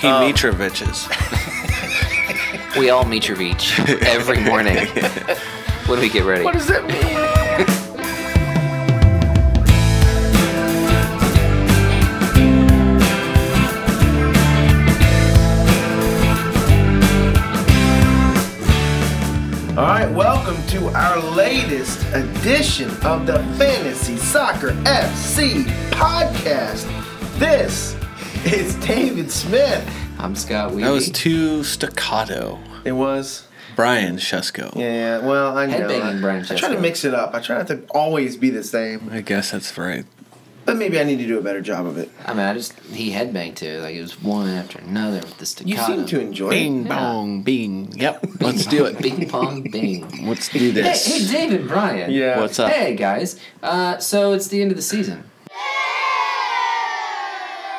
He Mitrovic's. We all meet your beach every morning when we get ready. What does that mean? All right, welcome to our latest edition of the Fantasy Soccer FC podcast. This is David Smith. I'm Scott Weeby. That was too staccato. It was. Brian Shusko. Yeah, well, I know. Headbanging I, Brian I try to Chesco. mix it up. I try not to always be the same, I guess that's right. but maybe I need to do a better job of it. I mean, I just he headbanged too. Like it was one after another with the staccato. You seem to enjoy it. Bing, bong, bing. Yep. Let's do it. Bing pong bing. Let's do hey, this. hey, David Brian. Yeah. What's up? Hey guys. Uh, so it's the end of the season.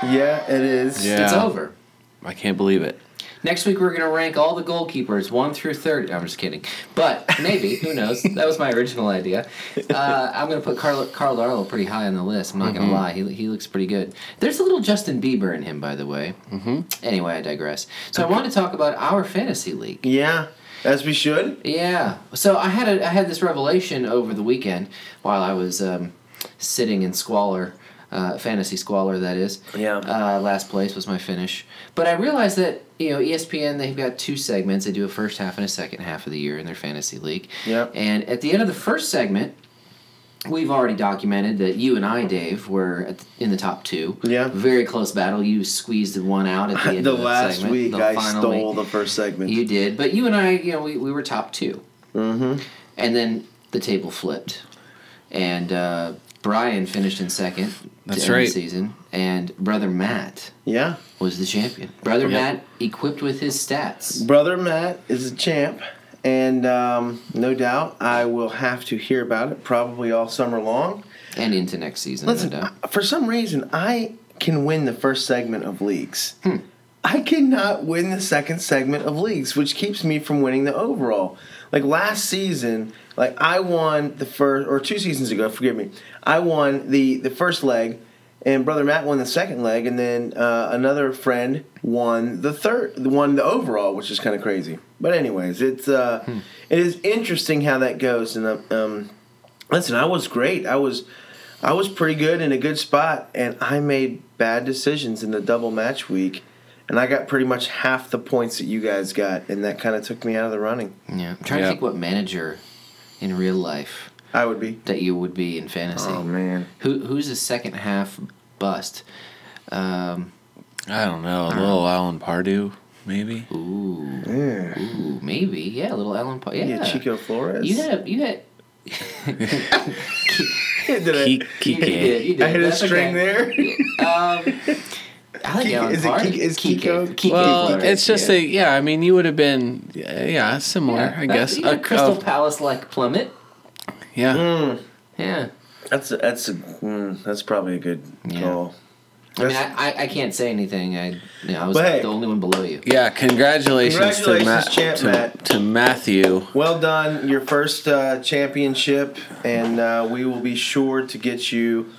Yeah, it is. Yeah. It's over. I can't believe it. Next week we're gonna rank all the goalkeepers one through thirty. I'm just kidding, but maybe who knows? That was my original idea. Uh, I'm gonna put Carl Carl Darlow pretty high on the list. I'm not gonna lie, he, he looks pretty good. There's a little Justin Bieber in him, by the way. Mm-hmm. Anyway, I digress. So I want to talk about our fantasy league. Yeah, as we should. Yeah. So I had a, I had this revelation over the weekend while I was um, sitting in squalor, uh, fantasy squalor that is. Yeah. Uh, last place was my finish, but I realized that you know E ESPN they've got two segments. They do a first half and a second half of the year in their fantasy league. Yep. And at the end of the first segment. We've already documented that you and I, Dave, were at the, in the top two. Yeah. Very close battle. You squeezed one out at the end The of the last segment. week, the I final stole week. the first segment. You did, but you and I, you know, we, we were top 2 Mm-hmm. And then the table flipped, and uh, Brian finished in second. That's to end right. The season, and brother Matt yeah. was the champion. Brother Yep. Matt, equipped with his stats. Brother Matt is a champ, and um, no doubt I will have to hear about it probably all summer long. And into next season, no Listen, doubt. I- for some reason, I can win the first segment of leagues. Hmm. I cannot win the second segment of leagues, which keeps me from winning the overall. Like last season, like I won the first, or two seasons ago, forgive me, I won the the first leg, and brother Matt won the second leg, and then uh, another friend won the third, won the overall, which is kind of crazy. But anyways, it's uh, Hmm. it is interesting how that goes, and um, um, listen, I was great. I was. I was pretty good in a good spot, and I made bad decisions in the double match week, and I got pretty much half the points that you guys got, and that kind of took me out of the running. Yeah. I'm trying Yeah. to think what manager in real life I would be. that you would be in fantasy. Oh, man, Who Who's a second half bust? Um, I don't know. A little Alan Pardew, maybe? ooh, yeah, ooh, maybe. Yeah, little Ellen. Pa- yeah. yeah Chico Flores. You had a, you had Did I- Kike. You did, you did. I hit a That's string okay. there. Um, I like Kiko- Alan is it Pardew. Kiko- is Kiko? Kiko Well, Flores, it's just yeah. a yeah. I mean, you would have been yeah, yeah, similar, Yeah, I that- guess. you know, A- Crystal of- Palace like plummet. yeah, Yeah. That's a, that's a, mm, that's probably a good Yeah. call. I mean, I, I, I can't say anything. I you know, I was But hey. the only one below you. yeah. Congratulations, to, Congratulations, Matt, champ to, Matt. to Matthew. well done, your first uh, championship, and uh, we will be sure to get you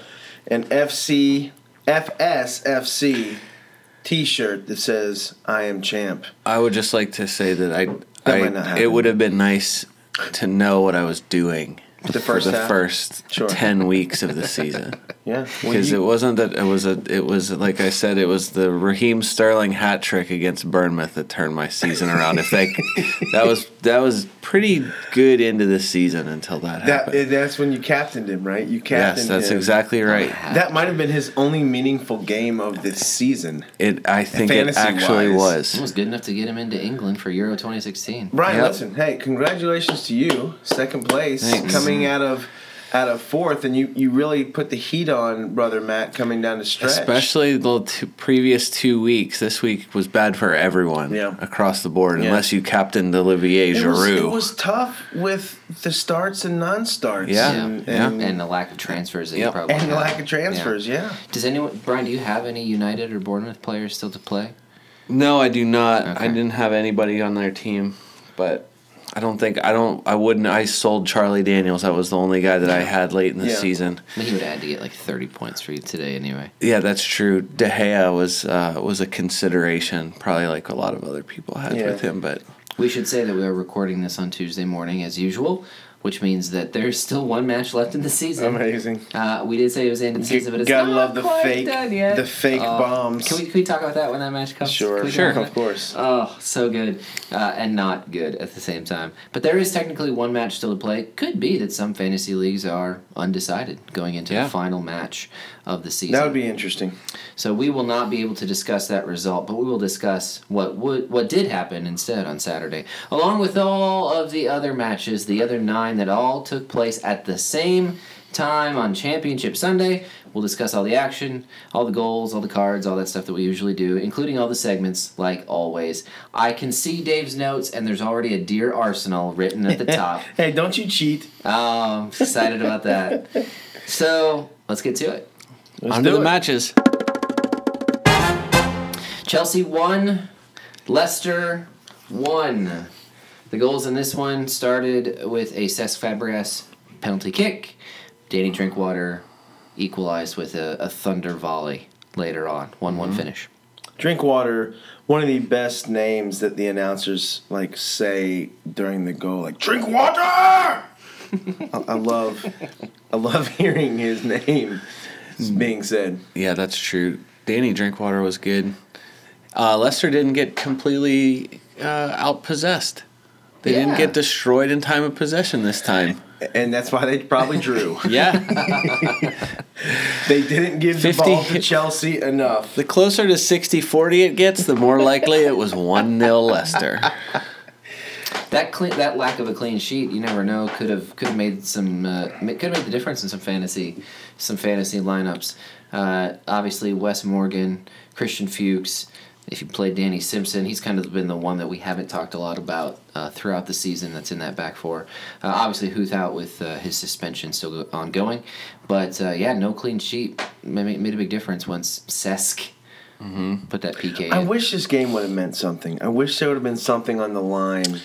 an FC FSFC T-shirt that says "I am champ." I would just like to say that I, That I might not happen. it would have been nice to know what I was doing The for first the half? first Sure. ten weeks of the season. Yeah, well, Because you- it wasn't that it was a it was like I said it was the Raheem Sterling hat trick against Bournemouth that turned my season around. If that that was that was pretty good into the season until that, That, happened. that's when you captained him, right? You captained yes, that's him. exactly right. That might have been his only meaningful game of this season. It I think it actually Fantasy-wise. was. It was good enough to get him into England for Euro 2016. Brian, Yep. listen, hey, congratulations to you, second place, Thanks. coming out of out of fourth, and you you really put the heat on brother Matt coming down the stretch. Especially the two, previous two weeks. This week was bad for everyone Yeah. across the board, Yeah. unless you captained Olivier it Giroud. was, it was tough with the starts and non-starts. Yeah, and, yeah. and, And the lack of transfers that Yep. you probably and the had. lack of transfers. Yeah, Yeah. Does anyone, Brian? Do you have any United or Bournemouth players still to play? No, I do not. I Okay. didn't have anybody on their team, but I don't think I don't I wouldn't I sold Charlie Daniels. That was the only guy that I had late in the Yeah. season. I mean, he would have had to get like 30 points for you today anyway. Yeah, that's true. De Gea was uh, was a consideration, probably like a lot of other people had Yeah. with him. But We should say that we are recording this on Tuesday morning as usual, which means that there's still one match left in the season. Amazing. Uh, we did say it was the end of the You season, but it's gotta not love the quite fake- done yet. Um, the fake bombs. Can we, can we talk about that when that match comes? Can Sure. we talk about Of that? course. Oh, so good uh, and not good at the same time. But there is technically one match still to play. Could be that some fantasy leagues are undecided going into Yeah. the final match of the season. That would be interesting. so we will not be able to discuss that result, but we will discuss what would what did happen instead on Saturday, along with all of the other matches, the other nine that all took place at the same time on Championship Sunday. We'll discuss all the action, all the goals, all the cards, all that stuff that we usually do, including all the segments, like always. I can see Dave's notes, and there's already a Dear Arsenal written at the top. Hey, don't you cheat. Oh, I'm excited about that. So let's get to it. under on to do the it. matches. Chelsea one, Leicester one. The goals in this one started with a Cesc Fabregas penalty kick. Danny Drinkwater equalized with a, a thunder volley later on. One one finish. Drink water. One of the best names that the announcers like say during the goal, like drink water. I, I love, I love hearing his name being said. Yeah, that's true. Danny Drinkwater was good. Uh, Leicester didn't get completely uh, outpossessed. They Yeah. didn't get destroyed in time of possession this time. And that's why they probably drew. Yeah, they didn't give the 50 ball to Chelsea enough. the closer to 60-40 it gets, the more likely it was one 0 Leicester. That clean, that lack of a clean sheet, you never know, could have could have made some uh, could have made the difference in some fantasy some fantasy lineups. Uh, obviously, Wes Morgan, Christian Fuchs. If you played Danny Simpson, he's kind of been the one that we haven't talked a lot about uh, throughout the season. That's in that back four. Uh, obviously, Huth out with uh, his suspension still ongoing, but uh, yeah, no clean sheet Ma- ma- made a big difference once Sesk put that PK. I in. wish this game would have meant something. I wish there would have been something on the line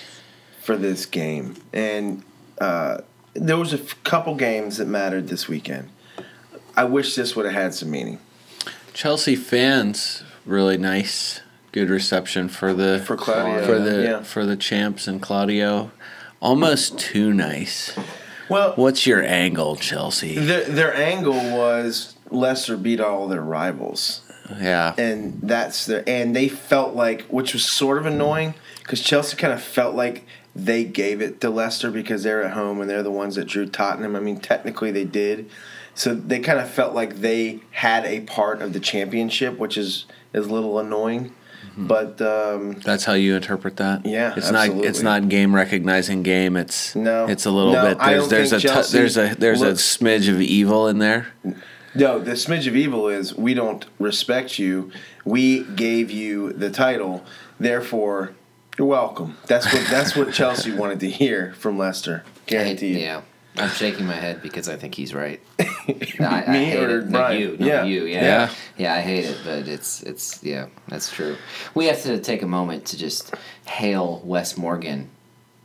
for this game. And uh, there was a f- couple games that mattered this weekend. I wish this would have had some meaning Chelsea fans really nice, good reception for the for Claudio. for the yeah. for the champs and Claudio. Almost too nice. Well, What's your angle, Chelsea? their their angle was Leicester beat all their rivals, Yeah. and that's their and they felt like, which was sort of annoying, because Chelsea kind of felt like they gave it to Leicester because they're at home and they're the ones that drew Tottenham. I mean, technically they did, so they kind of felt like they had a part of the championship, which is is a little annoying, but um, That's how you interpret that. Yeah, it's not it's absolutely. not game recognizing game. It's No. it's a little No, bit. I There's don't there's a think t- Chelsea there's a there's looks- a smidge of evil in there. No, the smidge of evil is we don't respect you. We gave you the title, therefore you're welcome. That's what that's what Chelsea wanted to hear from Leicester. Guaranteed. Yeah. I'm shaking my head because I think he's right. I, I Me hate or it. Not Brian? you, not Yeah. you. Yeah. yeah, Yeah. I hate it, but it's it's yeah, that's true. We have to take a moment to just hail Wes Morgan.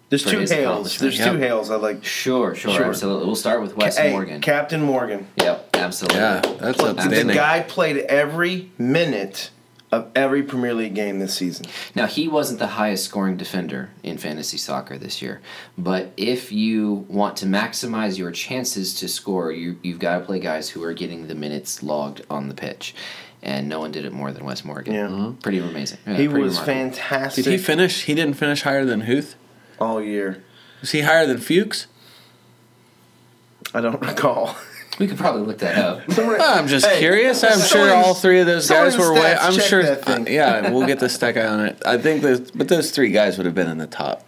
There's For two his hails. There's accomplishment, two yeah. hails. I like. Sure, sure, Sure. absolutely. We'll start with Wes hey, Morgan. Captain Morgan. yep, absolutely. Yeah, that's Look, the outstanding. guy played every minute of every Premier League game this season. Now he wasn't the highest scoring defender in fantasy soccer this year, but if you want to maximize your chances to score, you you've got to play guys who are getting the minutes logged on the pitch, and no one did it more than Wes Morgan. Yeah. Mhm. pretty amazing. Yeah, He pretty was remarkable. fantastic Did he finish? He didn't finish higher than Huth. all year. Was he higher than Fuchs? I don't recall. We could probably look that up. I'm just Hey, curious. I'm someone sure in- all three of those someone guys in the were way. stats I'm check sure. that thing. uh, yeah, we'll get the stack eye on it. I think those, but those three guys would have been in the top,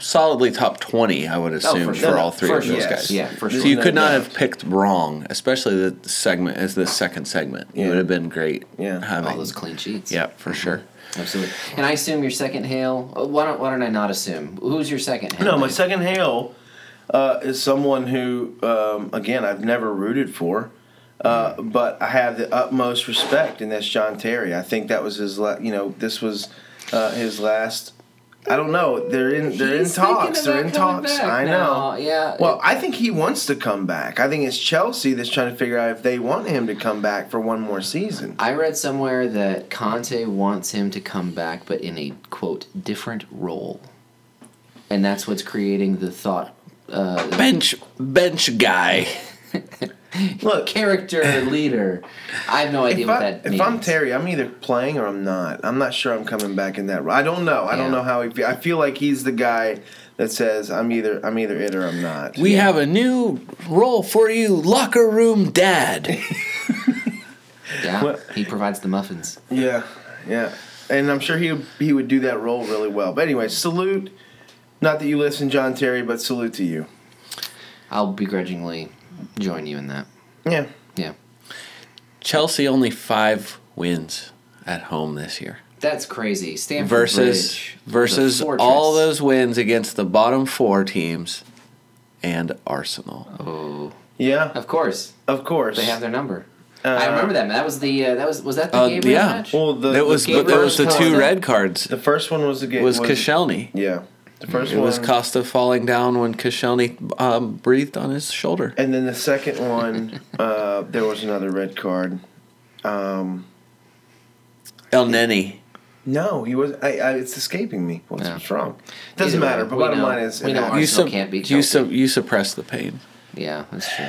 solidly top twenty. I Oh, would assume for, sure. all three For of those sure. guys. Yeah, for So sure. you No could not doubt. have picked wrong, especially the segment as the second segment. It Yeah. would have been great. Yeah. having all those clean sheets. yeah for sure. absolutely. And I assume your second hail. uh, Why don't Why don't I not assume? Who's your second hail? No, my Dave? second hail uh, is someone who, um, again, I've never rooted for, uh, but I have the utmost respect, and that's John Terry. I think that was his, la- you know, this was uh, his last I don't know. They're in. They're He's in thinking talks. They're about in coming talks. back I now. know. Yeah. Well, I think he wants to come back. I think it's Chelsea that's trying to figure out if they want him to come back for one more season. I read somewhere that Conte wants him to come back, but in a quote different role, and that's what's creating the thought uh, Bench bench guy. Look, character leader. I have no idea if, what I, that means. if I'm Terry, I'm either playing or I'm not. I'm not sure I'm coming back in that. role. I don't know. I don't Yeah. know how he. Feel. I feel like he's the guy that says I'm either I'm either it or I'm not. We have a new role for you, locker room dad. yeah, What- he provides the muffins. Yeah, yeah, and I'm sure he would, he would do that role really well. But anyway, salute. Not that you listen, John Terry, but salute to you. I'll begrudgingly join you in that. Yeah, Yeah, Chelsea only five wins at home this year. that's crazy. Stanford Versus Bridge, the versus fortress. all those wins against the bottom four teams and Arsenal. Oh, yeah, of course of course. Uh, they have their number. I remember that. man. That was the uh, that was was that the Uh, game yeah. match? Well, the, That was the, that was the two Gabriel's red cards. the first one was the game. was Koscielny. Yeah, the first It one was Costa falling down when Koscielny um, breathed on his shoulder. And then the second one, uh, there was another red card. Um, El Neni. No, he was. I, I, it's escaping me. What's, Yeah. what's wrong? Doesn't Either way, matter. But we bottom know- line is, we know You, it Arsenal sup- can't beat you, Chelsea. sup- you suppress the pain. Yeah, that's true.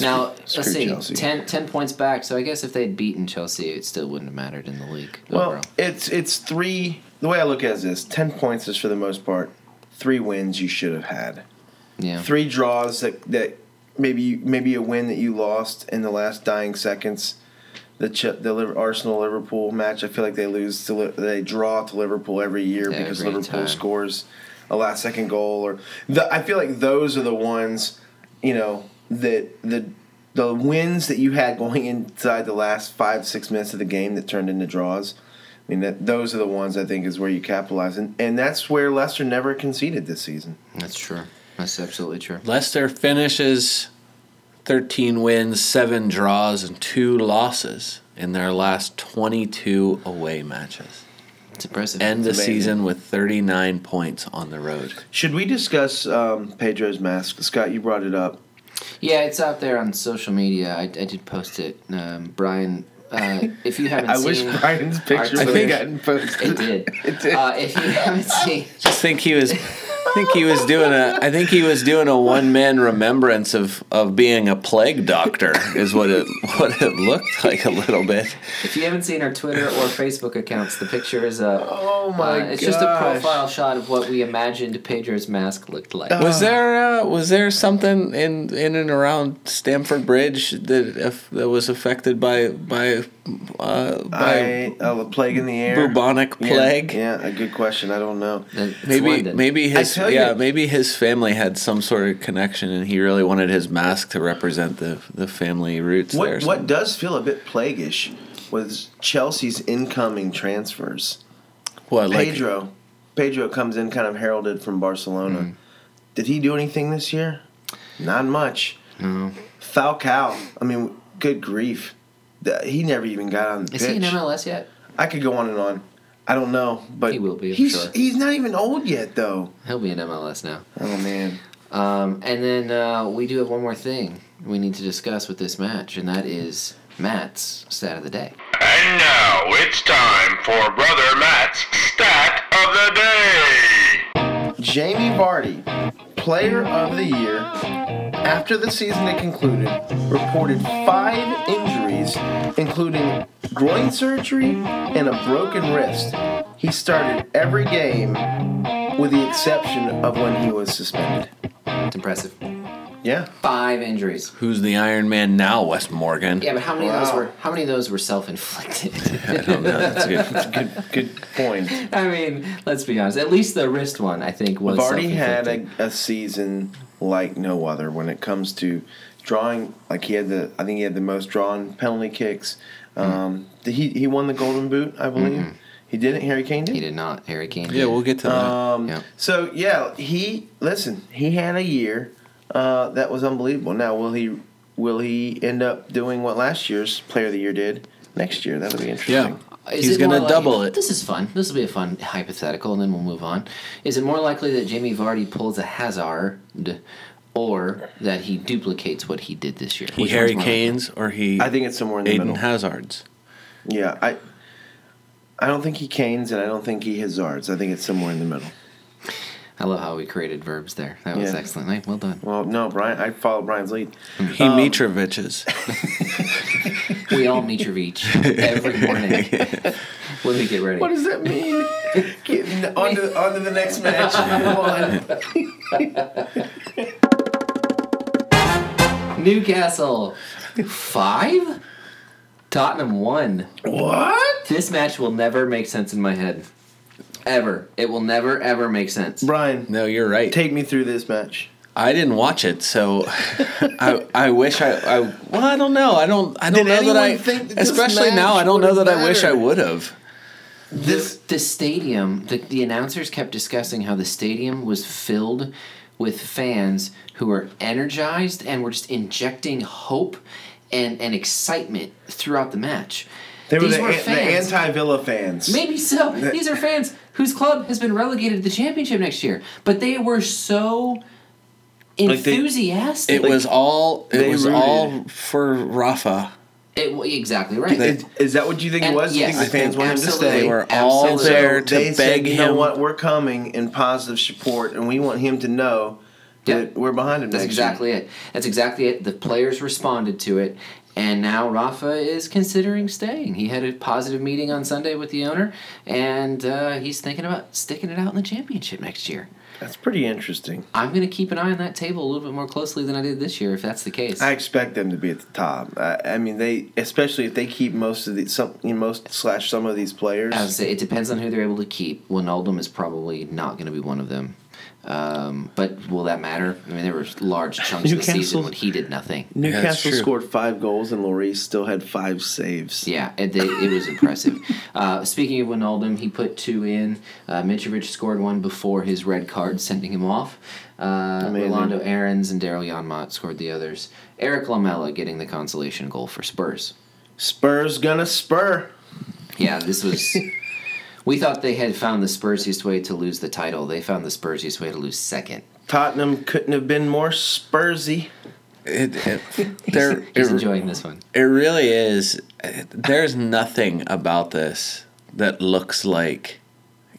Now, Screw let's see, Chelsea. 10, 10 points back, so I guess if they'd beaten Chelsea, it still wouldn't have mattered in the league. well, overall. it's it's three. The way I look at it is this: ten points is for the most part three wins you should have had, yeah. three draws that that maybe you, maybe a win that you lost in the last dying seconds. The Ch- the Liver- Arsenal Liverpool match, I feel like they lose to Li- they draw to Liverpool every year Every because Liverpool time. scores a last second goal or the, I feel like those are the ones you know that the the wins that you had going inside the last five six minutes of the game that turned into draws. I mean that those are the ones I think is where you capitalize and, and that's where Leicester never conceded this season. That's true. That's absolutely true. Leicester finishes 13 wins, 7 draws, and 2 losses in their last 22 away matches. It's impressive. End the amazing. season with 39 points on the road. Should we discuss um, Pedro's mask? Scott, you brought it up. yeah, it's out there on social media. I, I did post it. Um, Brian, uh, if you haven't I wish seen Brian's picture I would have think- gotten posted. it did. Uh, if you haven't seen Just think he was I think he was doing a I think he was doing a one man remembrance of, of being a plague doctor is what it what it looked like a little bit. if you haven't seen our Twitter or Facebook accounts, the picture is up. Oh my Uh, it's just a gosh. profile shot of what we imagined Pedro's mask looked like. Um, Was there uh, was there something in in and around Stamford Bridge that if, that was affected by by uh, by I, uh, the plague in the air. bubonic Yeah, plague? Yeah, a good question. I don't know. It's Maybe London. maybe his tell yeah you- maybe his family had some sort of connection and he really wanted his mask to represent the the family roots there. What so- what does feel a bit plaguish was Chelsea's incoming transfers. what like Pedro, Pedro comes in kind of heralded from Barcelona. Did he do anything this year? Not much. No. Falcao. I mean, good grief. Th- He never even got on the Is pitch. he in MLS yet? I could go on and on. I don't know, but He will be, I'm He's sure. he's not even old yet, though. He'll be in MLS now. Oh man. Um, and then uh, we do have one more thing we need to discuss with this match, and that is Matt's stat of the day. And now it's time for Brother Matt's Stat of the Day. Jamie Vardy, player of the year, after the season had concluded, reported five injuries, including groin surgery and a broken wrist. He started every game with the exception of when he was suspended. It's impressive. Yeah. Five injuries. who's the Iron Man now? Wes Morgan. Yeah, but how many of those Wow. were how many of those were self inflicted? I don't know. That's good. Good good point. I mean, let's be honest. At least the wrist one, I think, was Vardy had self-inflicted. a, a season like no other when it comes to drawing. Like he had the, I think he had the most drawn penalty kicks. Mm-hmm. Um, the- He he won the Golden Boot, I believe. He didn't. Harry Kane did. He did not. Harry Kane. Yeah, did. we'll get to that. Um, Yeah. So yeah, he listen. He had a year uh, that was unbelievable. Now will he will he end up doing what last year's Player of the Year did next year? That'll be interesting. yeah, Is He's it more gonna likely- double it. This is fun. This will be a fun hypothetical, and then we'll move on. Is it more likely that Jamie Vardy pulls a Hazard, or that he duplicates what he did this year? He Which Harry one's more likely? Kane's or he. I think it's somewhere in the Aiden middle. Hazard's. yeah, I. I don't think he canes and I don't think he hazards. I think it's somewhere in the middle. I love how we created verbs there. That was Yeah. excellent. Like, Well done. Well, no, Brian. I follow Brian's lead. He Mitrovic's. We all meet your beach every morning when we get ready. What does that mean? Getting onto onto the next match. Come on. Newcastle five, Tottenham one. What? This match will never make sense in my head, ever. It will never ever make sense. Brian, No, you're right. take me through this match. I didn't watch it, so I, I wish I, I. Well, I don't know. I don't. I don't Did know that I. anyone think that this especially now, match I don't know that would've I wish I mattered? would have. This the stadium the, the announcers kept discussing how the stadium was filled with fans who were energized and were just injecting hope and, and excitement throughout the match they were These the, were an- the fans- anti-Villa fans. Maybe so. These are fans whose club has been relegated to the championship next year, but they were so they- enthusiastic. It was all. It they was rooted. all for Rafa. It wa- exactly right. Is, is that what you think it And- was? Do you yes, think the fans I think wanted him to absolutely. They stay? were all Absolutely. there to they beg said, you him. know what, we're coming in positive support, and we want him to know Yeah. that we're behind him. That's next exactly it. That's exactly it. The players responded to it, and now Rafa is considering staying. He had a positive meeting on Sunday with the owner, and uh, he's thinking about sticking it out in the championship next year. Year. That's pretty interesting. I'm going to keep an eye on that table a little bit more closely than I did this year, if that's the case. I expect them to be at the top. I, I mean, they especially if they keep most of the some you know, most slash some of these players. I would say it depends on who they're able to keep. Wijnaldum is probably not going to be one of them. Um, but will that matter? I mean, there were large chunks of the season Newcastle- when he did nothing. that's Newcastle true. scored five goals, and Lloris still had five saves. Yeah, it, they, it was impressive. uh, speaking of Wijnaldum, he put two in. Uh, Mitrovic scored one before his red card, sending him off. Uh, Amazing. Rolando Ahrens and Daryl Janmot scored the others. Eric Lamela getting the consolation goal for Spurs. Spurs gonna spur. Yeah, this was. we thought they had found the Spursiest way to lose the title. They found the Spursiest way to lose second. Tottenham couldn't have been more Spursy. It, it, there, He's it, enjoying this one. it really is. There's nothing about this that looks like,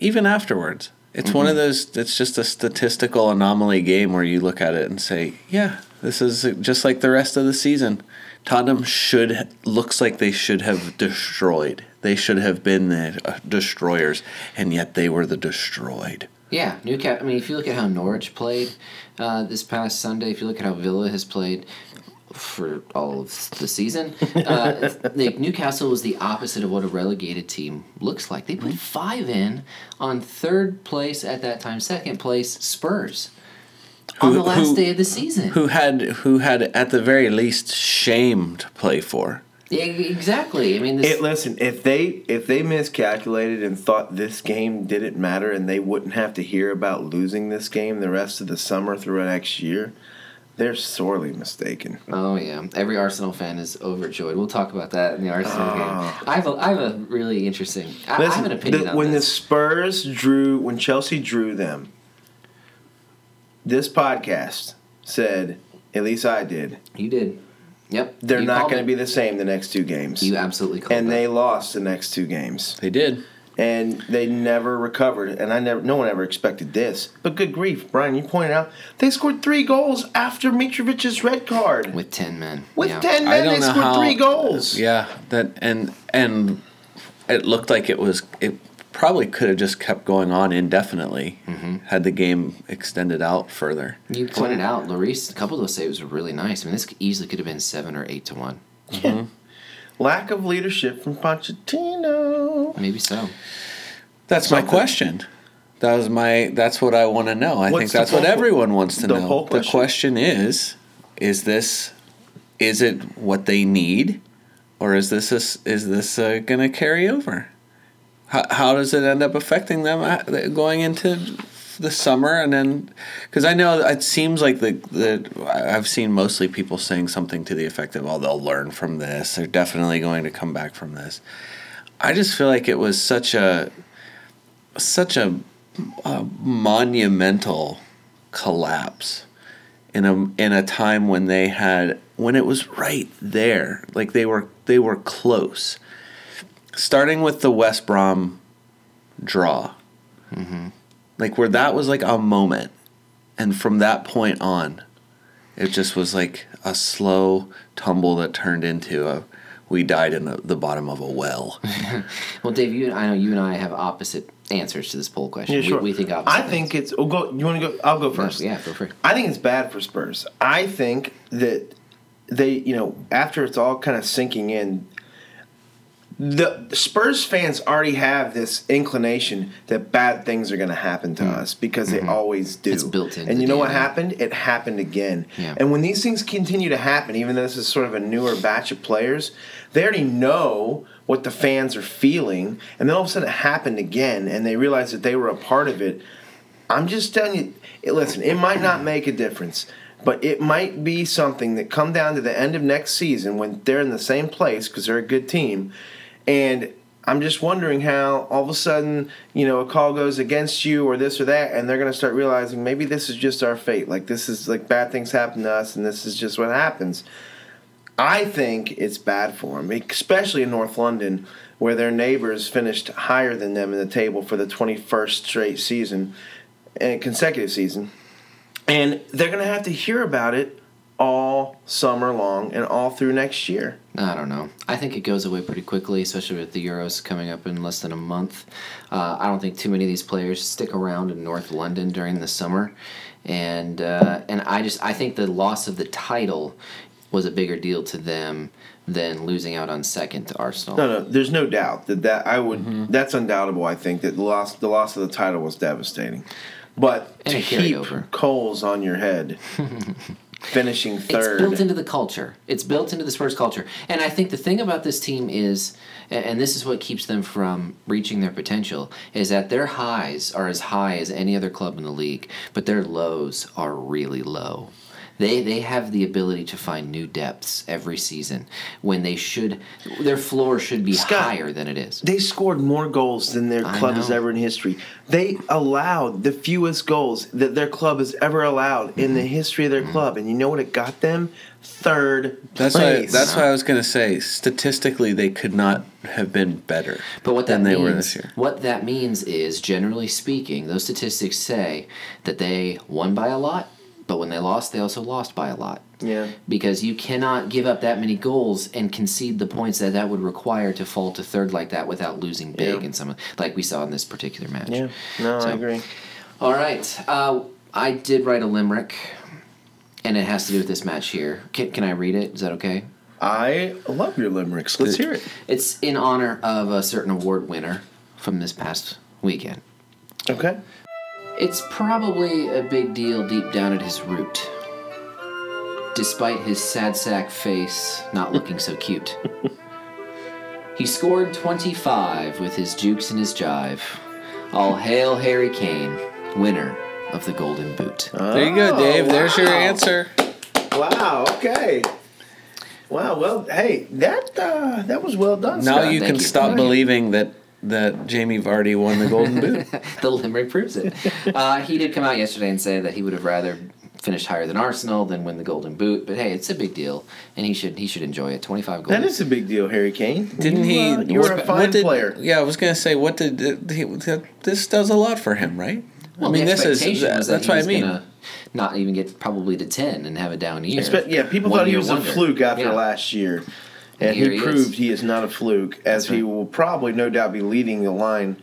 even afterwards. It's one of those. It's just a statistical anomaly game where you look at it and say, "Yeah, this is just like the rest of the season." Tottenham should looks like they should have destroyed. They should have been the uh, destroyers, and yet they were the destroyed. Yeah, Newcastle. I mean, if you look at how Norwich played uh, this past Sunday, if you look at how Villa has played for all of the season, uh, like Newcastle was the opposite of what a relegated team looks like. They put five in on third place at that time, second place Spurs on Who- the last who- day of the season. Who had who had at the very least shame to play for. Yeah, E, exactly. I mean, this, It, listen, if they if they miscalculated and thought this game didn't matter and they wouldn't have to hear about losing this game the rest of the summer through next year, they're sorely mistaken. Oh yeah, every Arsenal fan is overjoyed. We'll talk about that in the Arsenal game. I have a, I have a really interesting. I, I have Ah. Listen, an opinion the- on when this. the Spurs drew when Chelsea drew them, this podcast said, at least I did, You did. Yep. they're You not called going it. to be the same the next two games. You absolutely called and that. they lost the next two games. They did. and they never recovered. And I never, no one ever expected this. But good grief, Brian, you pointed out they scored three goals after Mitrovic's red card. With, with ten men. yeah. ten I men, don't they know scored how- three goals. Yeah, that and and it looked like it was it probably could have just kept going on indefinitely Mm-hmm. had the game extended out further. You pointed out, Lloris, a couple of those saves were really nice. I mean, this easily could have been seven or eight to one. Lack of leadership from Pochettino. Maybe so. That's my question. That was my that's what I want to know. I What's think the that's what whole- everyone wants to the know. whole The question? question is is this is it what they need or is this a s is this uh, going to carry over? How, how does it end up affecting them at- going into the summer and then because I know it seems like the the I've seen mostly people saying something to the effect of oh they'll learn from this they're definitely going to come back from this I just feel like it was such a such a, a monumental collapse in a in a time when they had when it was right there. Like they were they were close. Starting with the West Brom draw, Mm-hmm. like where that was like a moment, and from that point on, it just was like a slow tumble that turned into a we died in the, the bottom of a well. Well, Dave, you and I know you and I have opposite answers to this poll question. Yeah, sure. we, we think opposite. I think it's. Oh, go. You want to go? I'll go first. yeah, go for it. I think it's bad for Spurs. I think that they, you know, after it's all kind of sinking in, the Spurs fans already have this inclination that bad things are going to happen to us because they always do. Mm. Mm-hmm. It's built into And you know the what DNA. happened? It happened again. Yeah. And when these things continue to happen, even though this is sort of a newer batch of players, they already know what the fans are feeling, and then all of a sudden it happened again, and they realize that they were a part of it. I'm just telling you, it, listen, it might not make a difference, but it might be something that come down to the end of next season when they're in the same place because they're a good team. And I'm just wondering how all of a sudden, you know, a call goes against you or this or that, and they're going to start realizing maybe this is just our fate. Like, this is like bad things happen to us, and this is just what happens. I think it's bad for them, especially in North London, where their neighbors finished higher than them in the table for the 21st straight season and consecutive season. And they're going to have to hear about it all summer long and all through next year. I don't know. I think it goes away pretty quickly, especially with the Euros coming up in less than a month. Uh, I don't think too many of these players stick around in North London during the summer, and uh, and I just I think the loss of the title was a bigger deal to them than losing out on second to Arsenal. No, no, there's no doubt that that I would Mm-hmm. that's undoubtable. I think that the loss the loss of the title was devastating, but And to it carried heap over. coals on your head, finishing third. It's built into the culture. It's built into the Spurs culture. And I think the thing about this team is, a- and this is what keeps them from reaching their potential, is that their highs are as high as any other club in the league, but their lows are really low. They, they have the ability to find new depths every season when they should, their floor should be Scott, higher than it is. They scored more goals than their I club has know. ever in history. They allowed the fewest goals that their club has ever allowed in Mm-hmm. the history of their club. And you know what it got them? Third That's why. place. That's why I was gonna say. Statistically, they could not have been better. But what than that means, they were this year. what that means is, generally speaking, those statistics say that they won by a lot, but when they lost, they also lost by a lot. Yeah. Because you cannot give up that many goals and concede the points that that would require to fall to third like that without losing big Yeah. in some, like we saw in this particular match. Yeah. No, So- I agree. All right, uh, I did write a limerick, and it has to do with this match here. Can, can I read it? Is that okay? I love your limericks. Let's hear it. It's in honor of a certain award winner from this past weekend. Okay. It's probably a big deal deep down at his root. Despite his sad sack face not looking so cute. He scored 25 with his jukes and his jive. All hail Harry Kane, winner of the Golden Boot. There you go, Dave. There's your wow. answer. Wow. Okay. Wow. Well, hey, that uh, that was well done. Now Scott. you thank can you. stop Thank you. believing that that Jamie Vardy won the Golden Boot. the limerick proves it. Uh, he did come out yesterday and say that he would have rather finished higher than Arsenal than win the Golden Boot. But hey, it's a big deal, and he should he should enjoy it. 25 goals. That is a big deal, Harry Kane. Didn't You, he? uh, you were a what- fine what did- player. Yeah, I was gonna say, what did he, this does a lot for him, right? Well, I mean, the this is expectation was that that's he what I was mean. Gonna not even get probably to ten and have a down year. Expe- yeah, people One thought he year was wonder. a fluke after Yeah. last year, and Here he he, is. proved he is not a fluke, as he will probably, no doubt, be leading the line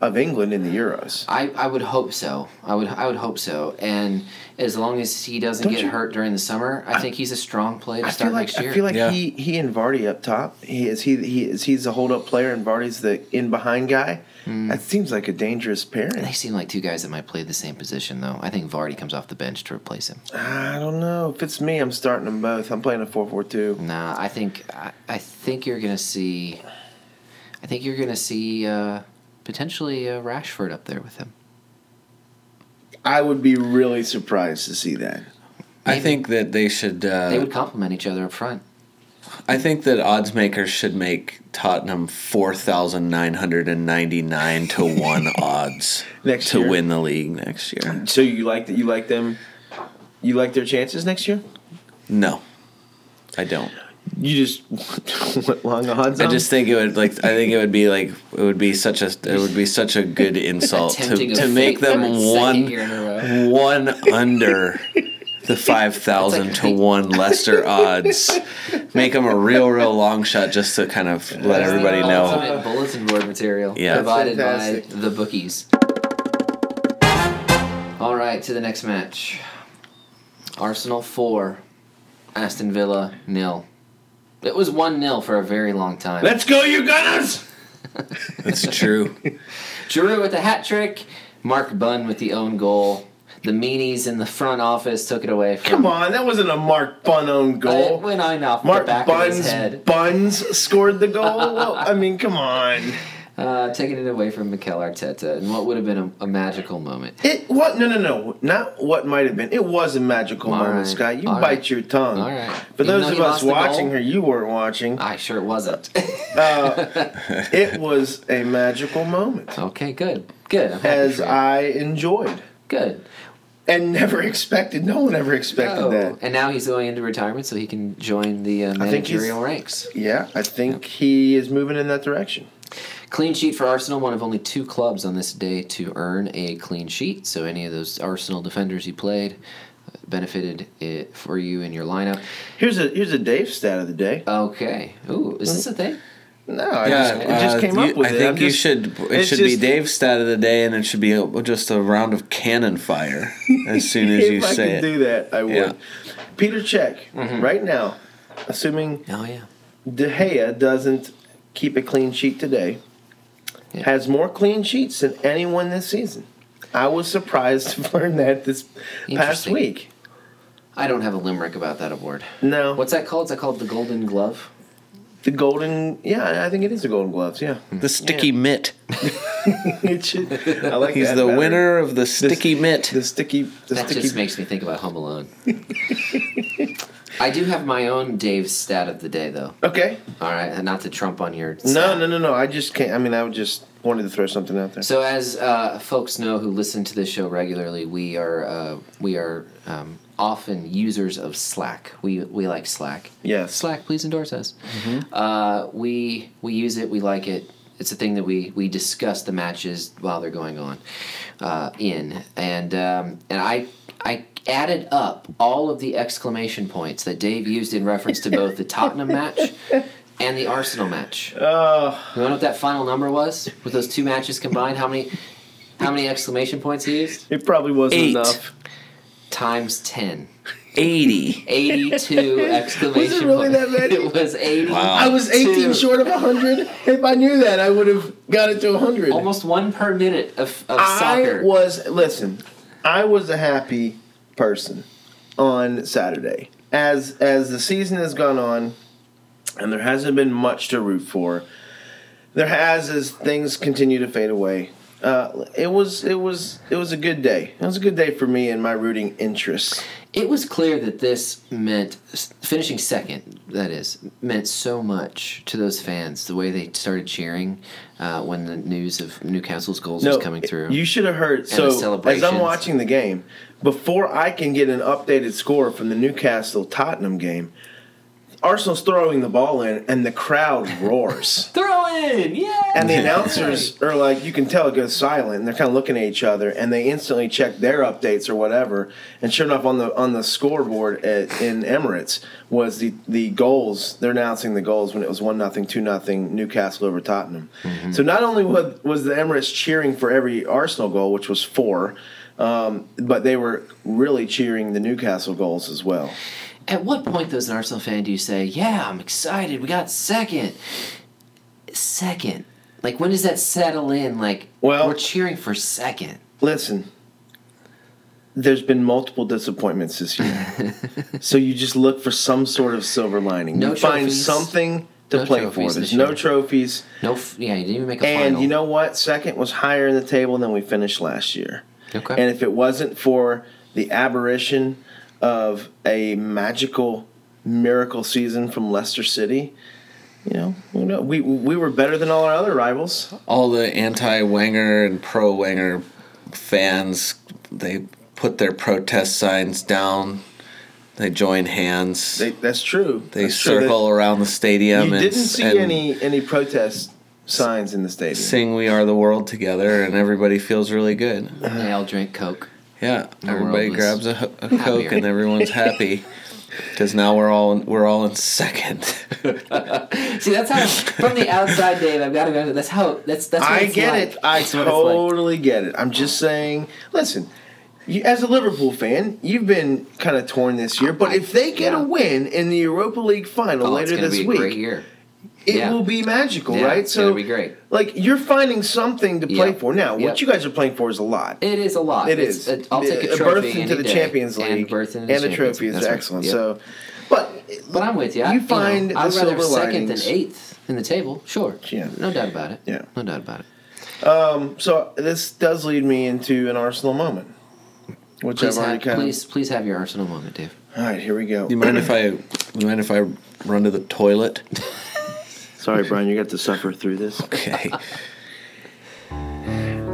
of England in the Euros. I, I would hope so. I would I would hope so. And as long as he doesn't Don't get you- hurt during the summer, I, think he's a strong play to I feel start like next year. I feel like Yeah. he, he and Vardy up top. He is he he is he's a hold up player, and Vardy's the in behind guy. That seems like a dangerous they pairing. seem like two guys that might play the same position, though. I think Vardy comes off the bench to replace him. I don't know if it's me. I'm starting them both. I'm playing a four four two. Nah, I think I, I think you're gonna see. I think you're gonna see uh, potentially uh, Rashford up there with him. I would be really surprised to see that. I think that they should. Uh, They would complement each other up front. I think that odds makers should make Tottenham 4,999 to 1 odds Next to year. win the league next year. So you like that? You like them? You like their chances next year? No. I don't. You just want long odds. I on? just think it would like I think it would be like it would be such a it would be such a good insult to, Attempting a to fate make for them its second year in a one one under the five thousand to one Leicester odds. Make them a real real long shot just to kind of let everybody know. Ultimate bulletin board material Yeah. That's provided by fantastic. the bookies. All right, to the next match. Arsenal four, Aston Villa nil. It was one 0 for a very long time. Let's go, you Gunners! That's true. Giroud with the hat trick. Mark Bunn with the own goal. The meanies in the front office took it away from. Come on, that wasn't a Mark Bun own It goal. went on off Mark the back of his Buns head, Buns scored the goal. Well, I mean, come on. uh, taking it away from Mikel Arteta, and what would have been a, a magical moment. It what? No, no, no. Not what might have been. It was a magical All moment, right. Scott. You All bite right. your tongue. All right. For Even though those he of lost us the goal? watching, or you weren't watching, I sure wasn't. it was a magical moment, okay, good, good. I'm happy as for you. I enjoyed good. and never expected. No one ever expected Oh, that. And now he's going into retirement, so he can join the uh, think he's- managerial ranks. Yeah, I think he is moving in that direction. Clean sheet for Arsenal, one of only two clubs on this day to earn a clean sheet. So any of those Arsenal defenders you played uh, benefited it for you in your lineup. Here's a here's a Dave stat of the day. Okay. Ooh, is this a thing? No, I Yeah, just, I just uh, came you- up with I it. think I'm you just- should. It it's should be just- Dave's stat of the day, and it should be a, just a round of cannon fire as soon as if you I say could it. do that, I would. Yeah. Mm-hmm. Peter Check, right now, assuming Oh yeah. De Gea doesn't keep a clean sheet today, Yeah. has more clean sheets than anyone this season. I was surprised to learn that this past Interesting. week. I don't have a limerick about that award. No, What's that called? Is that called the Golden Glove? the golden? Yeah, I think it is the golden gloves. Yeah, The sticky mitt. it should. I like He's that the better. winner of the sticky mitt. The sticky. The That sticky. just makes me think about Home Alone. I do have my own Dave's stat of the day, though. okay. All right, and not to trump on your. No, stat. no, no, no. I just can't. I mean, I would just wanted to throw something out there. So, as uh, folks know who listen to this show regularly, we are uh, we are um, often users of Slack. We we like Slack. Yes. Slack, please endorse us. Mm-hmm. Uh, we we use it. We like it. It's a thing that we we discuss the matches while they're going on uh, in and um, and I I added up all of the exclamation points that Dave used in reference to both the Tottenham match and the Arsenal match. Oh, You wanna know what that final number was with those two matches combined? How many, how many exclamation points he used? It probably wasn't Eight. enough. Times ten. 80. 82 exclamation Was it really points. that many? It was 80. Wow. I was 18 Oh, Two. short of 100. If I knew that, I would have got it to 100. Almost one per minute of, of I soccer. was listen. I was a happy person on Saturday. As as the season has gone on, and there hasn't been much to root for. There has as things continue to fade away. Uh, it was it was it was a good day. It was a good day for me and my rooting interests. it was clear that this meant finishing second that is meant so much to those fans the way they started cheering uh, when the news of newcastle's goals was coming through You should have heard. the So as I'm celebrations. watching the game, before I can get an updated score from the Newcastle Tottenham game, Arsenal's throwing the ball in, and the crowd roars. throw in yeah And the announcers are like, you can tell it goes silent, and they're kind of looking at each other, and they instantly check their updates or whatever. And sure enough, on the on the scoreboard at, in Emirates was the the goals. They're announcing the goals when it was one nothing, two nothing, Newcastle over Tottenham. So not only was, was the Emirates cheering for every Arsenal goal, which was four, um, but they were really cheering the Newcastle goals as well. At what point, though, as an Arsenal fan, do you say, "Yeah, I'm excited. We got second, second? Like, when does that settle in? Like, Well- we're cheering for second. Listen, there's been multiple disappointments this year. so you just look for some sort of silver lining. No you find trophies. something to No play for. trophies this There's no year. trophies. No, f- yeah, you didn't even make a And final. you know what? Second was higher in the table than we finished last year. Okay. And if it wasn't for the aberration of a magical miracle season from Leicester City. You know, who know- we we were better than all our other rivals. all the anti-Wenger and pro-Wenger fans, they put their protest signs down. They join hands. They, They, that's true. that's true. circle around the That- stadium You and, didn't see and any any protest signs in the stadium. sing "We Are the World" together, and everybody feels really good. They all drink Coke. Yeah, The everybody world was grabs a, ho- a coke happier. and everyone's happy because now we're all we're all in second. See, that's how from the outside, Dave. I've got to imagine that's how that's that's. What I it's get like. it. I That's what it's like. totally get it. I'm just saying. Listen, you, as a Liverpool fan, you've been kind of torn this year. But if they get Yeah. a win in the Europa League final Oh, it's later gonna this be a week, Great year. it Yeah. will be magical, Yeah, right? it's gonna be great. Like you're finding something to play Yep. for now. Yep. What you guys are playing for is a lot. It is a lot. It It's- is. it- I'll take a, A trophy birth into any the day. Champions League and birth into the and a Champions trophy League. is That's right. excellent. Yep. So, but but I'm with you. I- You know, find the I'd rather silver second than linings. eighth in the table. Sure. Yeah. No doubt about it. Yeah. No doubt about it. so this does lead me into an Arsenal moment, which Please, I've ha- already kind please, please have your Arsenal moment, Dave. of. All right, here we go. you mind if I? You mind if I run to the toilet? Sorry, Brian, you got to suffer through this. Okay.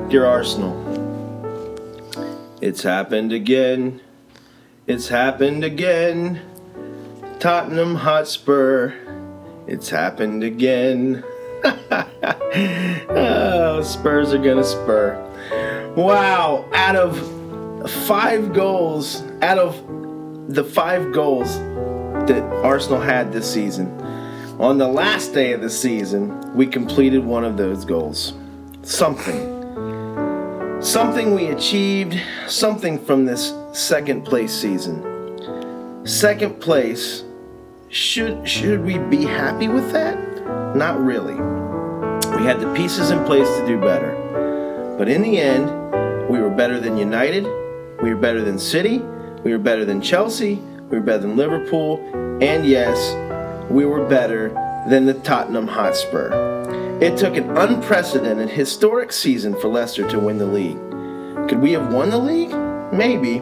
Dear Arsenal, it's happened again. It's happened again. Tottenham Hotspur, it's happened again. oh, Spurs are gonna spur. Wow, out of five goals, out of the five goals that Arsenal had this season, on the last day of the season, we completed one of those goals. Something something we achieved, something from this second place season. Second place, should should we be happy with that? Not really. We had the pieces in place to do better. But in the end, we were better than United, we were better than City, we were better than Chelsea, we were better than Liverpool, and yes, we were better than the Tottenham Hotspur. It took an unprecedented historic season for Leicester to win the league. Could we have won the league? Maybe.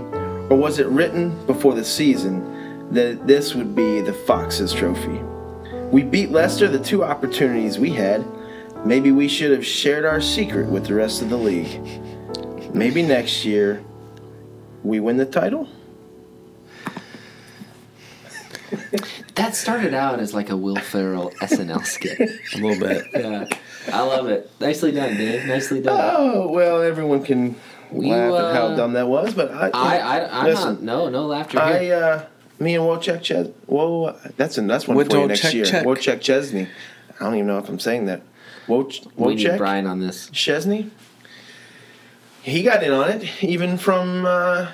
Or was it written before the season that this would be the Foxes trophy? We beat Leicester the two opportunities we had. Maybe we should have shared our secret with the rest of the league. Maybe next year we win the title? That started out as like a Will Ferrell SNL skit. A little bit. Yeah, I love it. Nicely done, Dave. Nicely done. Oh, well, everyone can You, laugh at how uh, dumb that was, but I. I, I, I'm listen, not. No, no laughter I here. uh, me and Wojciech Ches. Whoa, that's an, that's one With for you old next Czech year. Czech. Wojciech Chesney. I don't even know if I'm saying that. Woj, we need Wojciech Brian on this. Chesney. He got in on it, even from uh,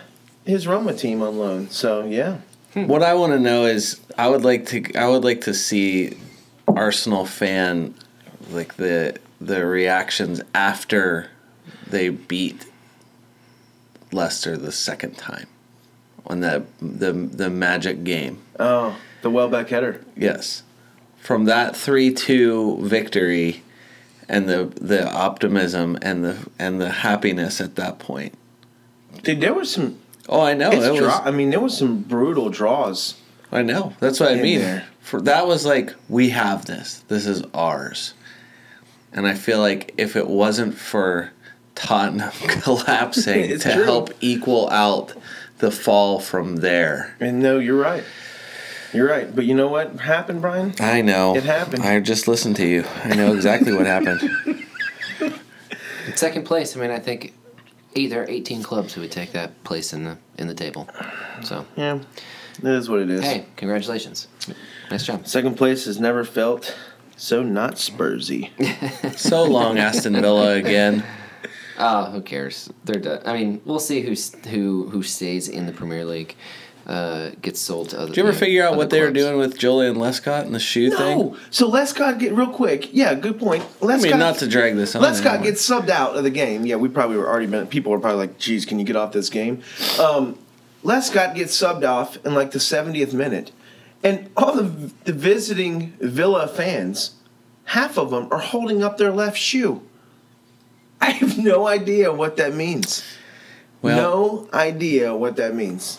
his Roma team on loan. So yeah, What I want to know is, I would like to, I would like to see Arsenal fan, like the the reactions after they beat Leicester the second time on the the the magic game. oh, the Welbeck header. Yes, from that three two victory, and the the optimism and the and the happiness at that point. Dude, there was some. Oh, I know. it's it was- draw, I mean, there was some brutal draws. I know. That's what I In mean. there. For that was like we have this. This is ours. And I feel like if it wasn't for Tottenham collapsing It's to true. help equal out the fall from there. And no, you're right. You're right. But you know what happened, Brian? I know. It happened. I just listened to you. I know exactly what happened. In second place. I mean, I think either 18 clubs who would take that place in the in the table. So Yeah, it is what it is. hey, congratulations. Nice job. Second place has never felt so not Spursy. So long, Aston Villa again. Oh, who cares? They're done. I mean, we'll see who's who who stays in the Premier League. Uh, gets sold to other. Did you ever figure out other what they were clubs. doing with Julian Lescott and the shoe No. thing? So Lescott get real quick. Yeah, good point. Lescott, I mean, not to drag this on. Lescott anymore. gets subbed out of the game. Yeah, we probably were already been. People were probably like, "Geez, can you get off this game?" Um, Lescott gets subbed off in like the 70th minute, and all the the visiting Villa fans, half of them are holding up their left shoe. I have no idea what that means. Well, no idea what that means.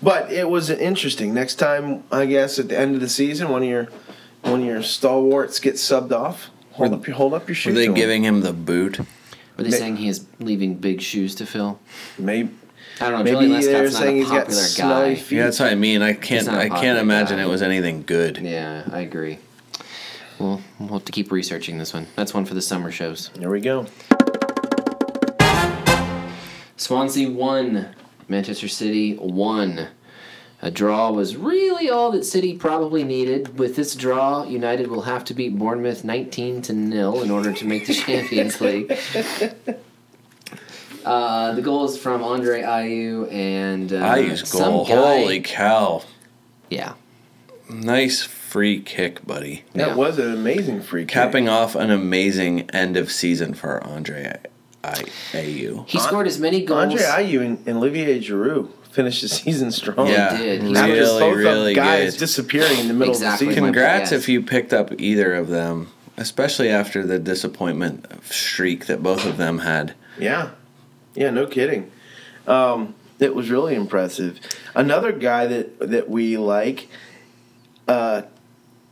But it was interesting. Next time, I guess at the end of the season, one of your one of your stalwarts gets subbed off. Hold up, your hold up Were your shoes. they to him. giving him the boot? Were they Ma- saying he is leaving big shoes to fill? Maybe I don't know. maybe Julian Lescott's Oh, they're not saying a he's got popular smelly guy. feet. Yeah, that's what I mean. I can't. not a I popular can't imagine guy. it was anything good. Yeah, I agree. Well, we'll have to keep researching this one. That's one for the summer shows. There we go. Swansea won. Manchester City won. A draw was really all that City probably needed. With this draw, United will have to beat Bournemouth 19 to nil in order to make the Champions League. Uh, the goal is from Andre Ayew and uh, I use some goal. guy- Holy cow! yeah, Nice free kick, buddy. Yeah. That was an amazing free kick. Capping off an amazing end of season for Andre I- Ayew. he scored as many goals. Andre Ayew and, and Olivier Giroud finished the season strong. yeah, did. Oh, He After really, both of really guys good. disappearing in the middle Exactly. of the season. Congrats Yes. if you picked up either of them, especially after the disappointment streak that both of them had. Yeah. Yeah, no kidding. Um, it was really impressive. Another guy that that we like, uh,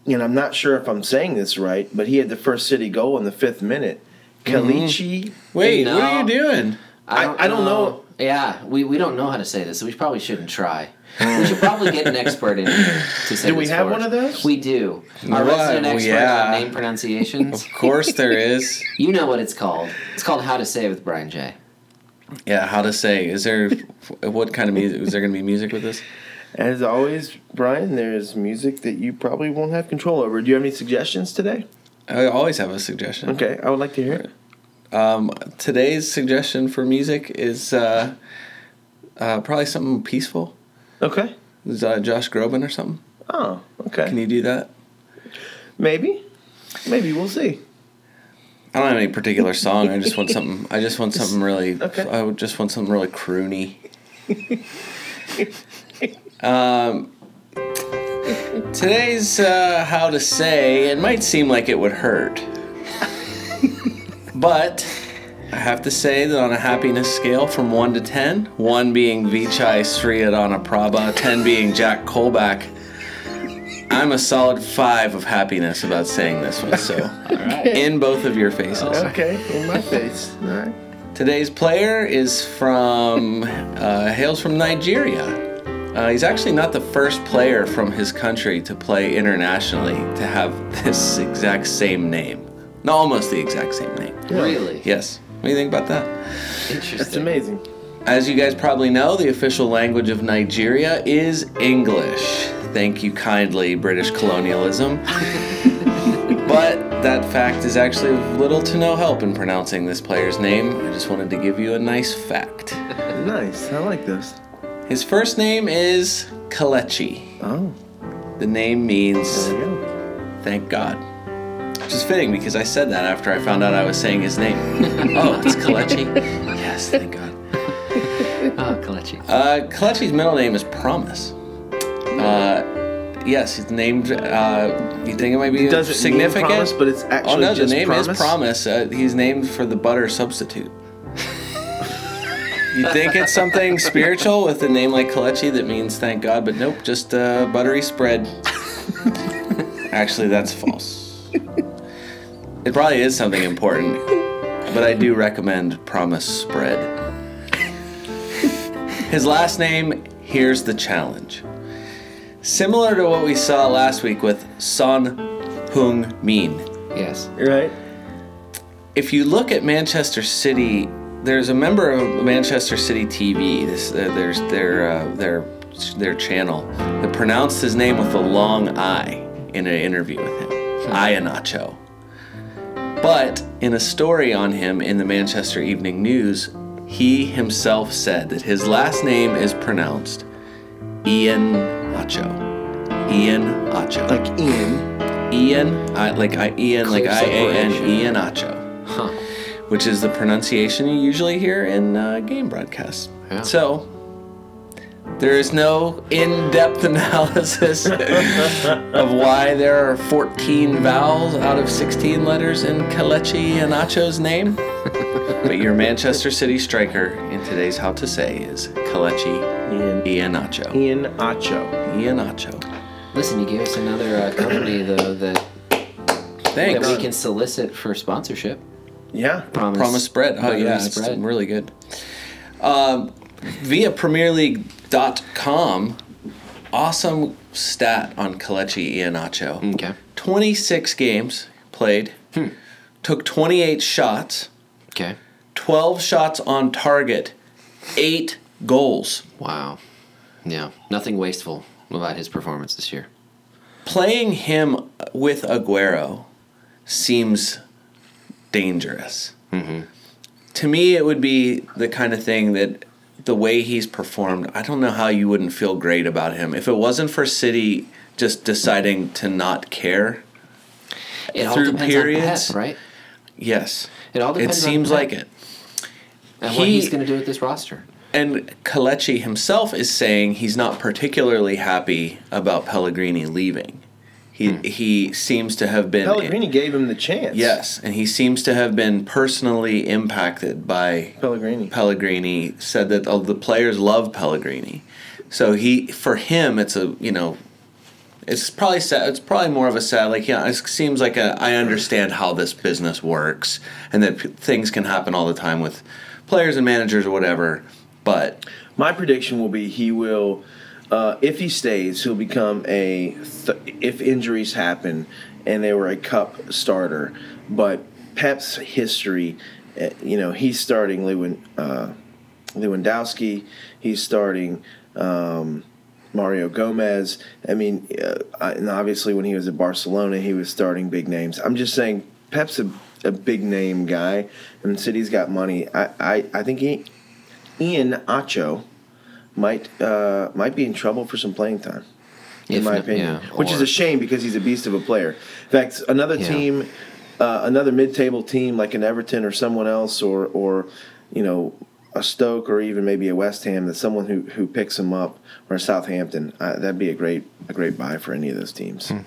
and I'm not sure if I'm saying this right, but he had the first city goal in the fifth minute. Mm-hmm. Kalichi. Wait, No. what are you doing? I- I don't know. Yeah, we, we don't know how to say this, so we probably shouldn't try. we should probably get an expert in here to say Do we this have for one us. of those? We do. Our What? resident Well, expert on yeah. name pronunciations. Of course there is. you know what it's called. It's called How to Say with Brian J. Yeah, how to say? Is there what kind of music? Is there going to be music with this? As always, Brian, there's music that you probably won't have control over. Do you have any suggestions today? I always have a suggestion. Okay, I would like to hear it. Um, today's suggestion for music is uh, uh, probably something peaceful. Okay. Is uh, Josh Groban or something? Oh, Can okay. you do that? Maybe. Maybe we'll see. I don't have any particular song. I just want something. I just want something really. Okay. I would just want something really croony. um, today's uh, how to say. It might seem like it would hurt, but I have to say that on a happiness scale from one to ten, one being Vichai Sriadana Prabha, ten being Jack Kolback. I'm a solid five of happiness about saying this one. So in both of your faces. Okay, in my face. All right. Today's player is from, uh, hails from Nigeria. Uh, he's actually not the first player from his country to play internationally to have this exact same name. No, almost the exact same name. Really? Yes. What do you think about that? Interesting. That's amazing. As you guys probably know, the official language of Nigeria is English. Thank you kindly, British colonialism. but that fact is actually of little to no help in pronouncing this player's name. I just wanted to give you a nice fact. Nice. I like this. His first name is Kalechi. Oh, The name means there we go. thank God. Which is fitting because I said that after I found out I was saying his name. oh, it's Kalechi? yes, thank God. Oh, Kalechi. Uh, Kalechi's middle name is Promise. Hmm. Uh, yes, it's named. Uh, you think it might be It doesn't mean significant? Promise, but it's actually Oh no, the just name is Promise? Promise. Uh, he's named for the butter substitute. you think it's something spiritual with a name like Kalechi that means thank God, but nope, just uh, buttery spread. actually, that's false. it probably is something important, but I do recommend Promise Spread. His last name, here's the challenge. Similar to what we saw last week with Son Hung Min. Yes. Right? If you look at Manchester City, there's a member of Manchester City TV. This, uh, there's their uh, their their channel that pronounced his name with a long I in an interview with him, Iannaccio. But in a story on him in the Manchester Evening News, he himself said that his last name is pronounced Ian Acho. Ian Acho. Like Ian. Ian, I, like I, Ian, like Clear I A N, separation. Ian Acho, Huh. which is the pronunciation you usually hear in uh, game broadcasts. Yeah. So, There is no in depth analysis of why there are 14 vowels out of 16 letters in Kalechi Anacho's name. but your Manchester City striker in today's How to Say is Kalechi Ian, Ianacho. Ian Acho. Ianacho. Listen, you gave us another uh, company though that, that Thanks. we can solicit for sponsorship. Yeah. Promise. Promise spread. Oh Promise yeah, it's spread. really good. Um, via PremierLeague.com, awesome stat on Kalechi Iheanacho. Okay. 26 games played, Hmm. took 28 shots, Okay. 12 shots on target, eight goals. Wow. Yeah. Nothing wasteful about his performance this year. Playing him with Aguero seems dangerous. Mm-hmm. To me, it would be the kind of thing that the way he's performed, I don't know how you wouldn't feel great about him. If it wasn't for City just deciding to not care, It all Through depends periods, on Pep, right? yes. It all It depends. on seems Pep like it. And what he's he- going to do with this roster. And Kalechi himself is saying he's not particularly happy about Pellegrini leaving. He Hmm. he seems to have been Pellegrini gave him the chance. yes, and he seems to have been personally impacted by Pellegrini. Pellegrini. Said that all the players love Pellegrini, so he for him it's a you know. It's probably sad. It's probably more of a sad. Like, yeah, it seems like a, I understand how this business works, and that p- things can happen all the time with players and managers or whatever. But My prediction will be he will, uh, if he stays, he'll become a, th- if injuries happen and they were a cup starter. But Pep's history, eh, you know, he's starting Lewin, uh, Lewandowski, he's starting um, Mario Gomez. I mean, uh, I- and obviously when he was at Barcelona, he was starting big names. I'm just saying Pep's a, a big name guy, and City's got money. I, I, I think he, Ian Acho might uh, might be in trouble for some playing time, in If my no- opinion. yeah, Which is or- a shame because he's a beast of a player. In fact, another Yeah. team, uh, another mid-table team like an Everton or someone else, or or you know a Stoke or even maybe a West Ham, that someone who who picks him up or a Southampton, uh, that'd be a great a great buy for any of those teams. Hmm.